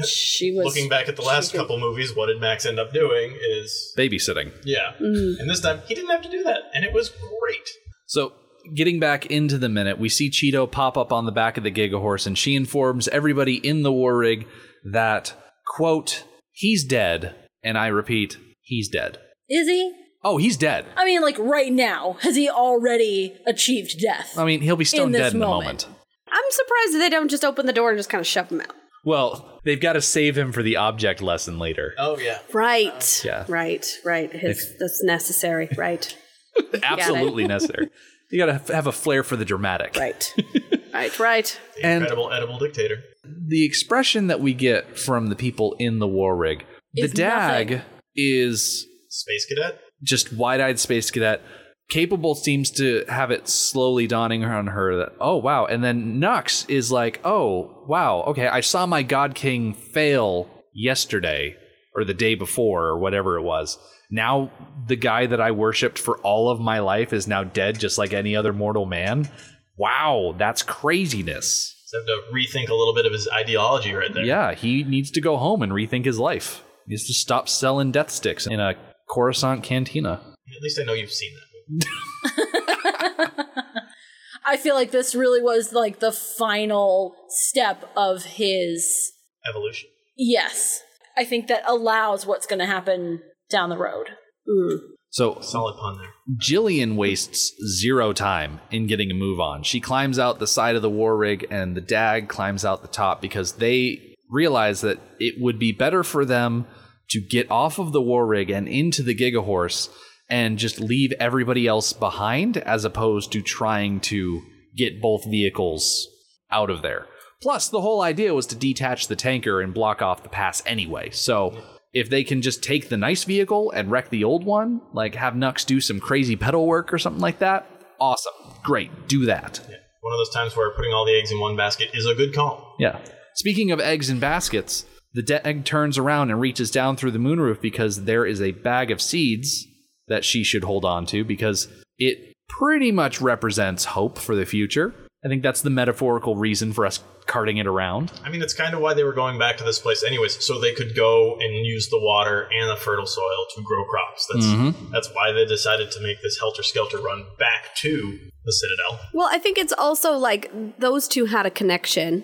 Speaker 5: she was
Speaker 4: looking back at the last
Speaker 5: could-
Speaker 4: couple movies, what did Max end up doing is
Speaker 2: Babysitting.
Speaker 4: yeah. And this time he didn't have to do that, and it was great.
Speaker 2: So, getting back into the minute, we see Cheeto pop up on the back of the Giga Horse, and she informs everybody in the war rig that, quote, he's dead. And I repeat, he's dead.
Speaker 3: Is he?
Speaker 2: Oh, he's dead.
Speaker 3: I mean, like right now, has he already achieved death?
Speaker 2: I mean, he'll be stone
Speaker 3: In this
Speaker 2: dead in
Speaker 3: moment.
Speaker 2: a moment.
Speaker 5: i'm surprised that they don't just open the door and just kind of shove him out
Speaker 2: Well, they've got to save him for the object lesson later.
Speaker 4: Oh yeah.
Speaker 5: right
Speaker 2: Yeah.
Speaker 5: right right His, that's necessary
Speaker 2: *laughs*
Speaker 5: right
Speaker 2: Absolutely necessary. You got to have a flair for the dramatic.
Speaker 5: right right right
Speaker 4: The
Speaker 2: And-
Speaker 4: incredible edible dictator.
Speaker 2: the expression that we get from the people in the war rig, the
Speaker 3: Is
Speaker 2: DAG
Speaker 3: nothing.
Speaker 2: is
Speaker 4: Space cadet.
Speaker 2: just wide eyed space cadet. Capable seems to have it slowly dawning on her that, oh, wow. And then Nux is like, oh, wow, okay, I saw my God King fail yesterday or the day before or whatever it was. Now the guy that I worshipped for all of my life is now dead, just like any other mortal man. Wow, that's craziness.
Speaker 4: So I have to rethink a little bit of his ideology right there.
Speaker 2: Yeah, he needs to go home and rethink his life. He needs to stop selling death sticks in a Coruscant cantina.
Speaker 4: At least I know you've seen that. movie.
Speaker 3: I feel like this really was like the final step of his
Speaker 4: Evolution.
Speaker 3: yes. I think that allows what's going to happen down the road.
Speaker 2: So
Speaker 4: Solid pun there.
Speaker 2: Jillian wastes zero time in getting a move on. She climbs out the side of the war rig, and the Dag climbs out the top because they realize that it would be better for them to get off of the war rig and into the Giga Horse and just leave everybody else behind as opposed to trying to get both vehicles out of there. Plus, the whole idea was to detach the tanker and block off the pass anyway. So, if they can just take the nice vehicle and wreck the old one, like have Nux do some crazy pedal work or something like that, awesome. Great. Do that.
Speaker 4: Yeah. One of those times where putting all the eggs in one basket is a good call.
Speaker 2: Yeah. Speaking of eggs and baskets, the de- egg turns around and reaches down through the moonroof because there is a bag of seeds that she should hold on to because it pretty much represents hope for the future. I think that's the metaphorical reason for us carting it around.
Speaker 4: I mean, it's kind of why they were going back to this place anyways, so they could go and use the water and the fertile soil to grow crops. That's that's why they decided to make this helter skelter run back to the citadel.
Speaker 5: Well, I think it's also like those two had a connection,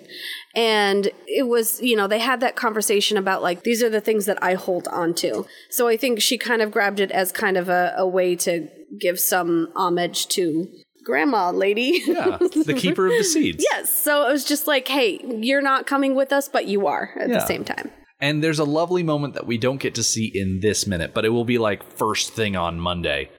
Speaker 5: And it was, you know, they had that conversation about like, these are the things that I hold on to. So I think she kind of grabbed it as kind of a, a way to give some homage to grandma lady.
Speaker 2: Yeah, the keeper of the seeds.
Speaker 5: yes. *laughs* So it was just like, hey, you're not coming with us, but you are at
Speaker 2: Yeah.
Speaker 5: the same time.
Speaker 2: And there's a lovely moment that we don't get to see in this minute, but it will be like first thing on Monday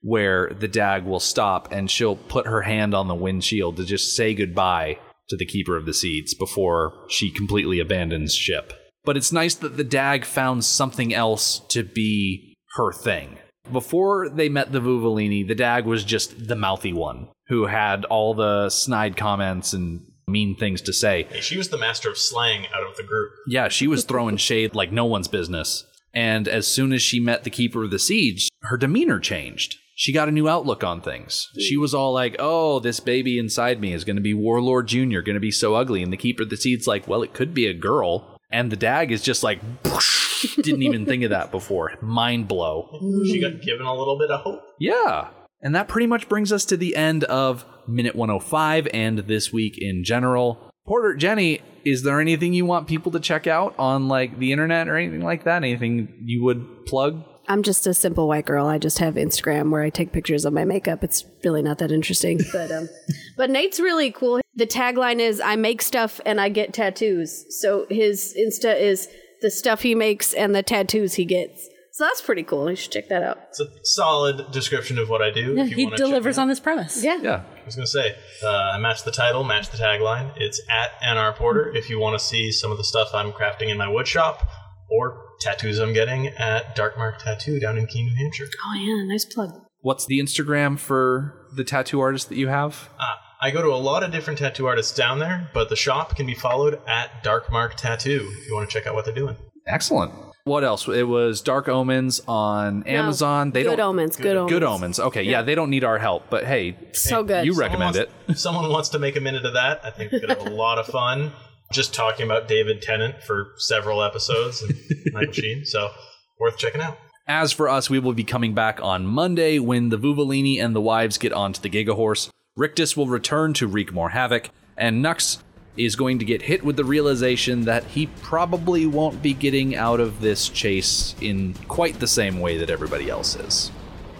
Speaker 2: where the dag will stop and she'll put her hand on the windshield to just say goodbye to the keeper of the seeds before she completely abandons ship. But it's nice that the dag found something else to be her thing. Before they met the Vuvalini, the dag was just the mouthy one who had all the snide comments and mean things to say
Speaker 4: Hey, she was the master of slang out of the group.
Speaker 2: yeah, she was throwing shade like no one's business. And as soon as she met the keeper of the siege, her demeanor changed. She got a new outlook on things. She was all like, "Oh, this baby inside me is going to be Warlord Junior, going to be so ugly." And the keeper of the seeds like, "Well, it could be a girl." And the dag is just like, *laughs* didn't even think of that before. Mind blow.
Speaker 4: She got given a little bit of hope.
Speaker 2: Yeah. And that pretty much brings us to the end of minute 105 and this week in general. Porter, Jenny, is there anything you want people to check out on like the internet or anything like that? Anything you would plug?
Speaker 5: I'm just a simple white girl. I just have Instagram where I take pictures of my makeup. It's really not that interesting, *laughs* but um, but Nate's really cool. The tagline is "I make stuff and I get tattoos." So his Insta is the stuff he makes and the tattoos he gets. So that's pretty cool. You should check that out.
Speaker 4: It's a solid description of what I do. if you
Speaker 3: he
Speaker 4: wanna check
Speaker 3: delivers
Speaker 4: it out.
Speaker 3: on this premise.
Speaker 5: Yeah,
Speaker 2: Yeah.
Speaker 4: I was going to say, uh, match the title, match the tagline. It's at NR Porter if you want to see some of the stuff I'm crafting in my wood shop or tattoos I'm getting at Dark Mark Tattoo down in Keene, New Hampshire.
Speaker 5: Oh yeah, nice plug.
Speaker 2: What's the Instagram for the tattoo artist that you have?
Speaker 4: Ah, I go to a lot of different tattoo artists down there, but the shop can be followed at Dark Mark Tattoo if you want to check out what they're doing.
Speaker 2: Excellent. What else? It was Dark Omens on Amazon. they
Speaker 5: good
Speaker 2: don't
Speaker 5: omens. Good, omens.
Speaker 2: Good Omens. Okay, yeah. they don't need our help, but hey,
Speaker 5: So good.
Speaker 2: you recommend
Speaker 4: Someone
Speaker 2: it.
Speaker 4: wants- If someone wants to make a minute of that, I think we could have a lot of fun just talking about David Tennant for several episodes and Michael Sheen. So worth checking out.
Speaker 2: As for us, we will be coming back on Monday when the Vuvalini and the wives get onto the Giga Horse. Rictus will return to wreak more havoc, and Nux is going to get hit with the realization that he probably won't be getting out of this chase in quite the same way that everybody else is.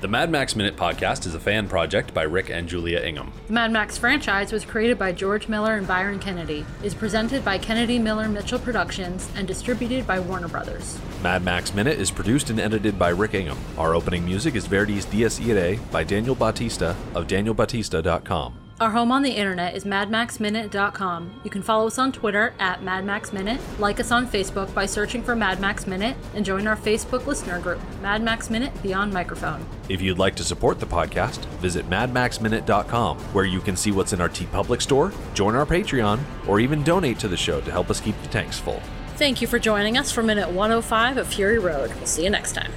Speaker 1: The Mad Max Minute podcast is a fan project by Rick and Julia Ingham.
Speaker 6: The Mad Max franchise was created by George Miller and Byron Kennedy, is presented by Kennedy Miller Mitchell Productions, and distributed by Warner Brothers.
Speaker 1: Mad Max Minute is produced and edited by Rick Ingham. Our opening music is Verdi's Dies Irae by Daniel Bautista of danielbautista.com.
Speaker 6: Our home on the internet is madmaxminute.com. You can follow us on Twitter at madmaxminute, like us on Facebook by searching for Mad Max Minute, and join our Facebook listener group, Mad Max Minute Beyond Microphone.
Speaker 1: If you'd like to support the podcast, visit madmaxminute.com, where you can see what's in our T Public store, join our Patreon, or even donate to the show to help us keep the tanks full.
Speaker 6: oh Thank you for joining us for Minute 105 of Fury Road. We'll see you next time.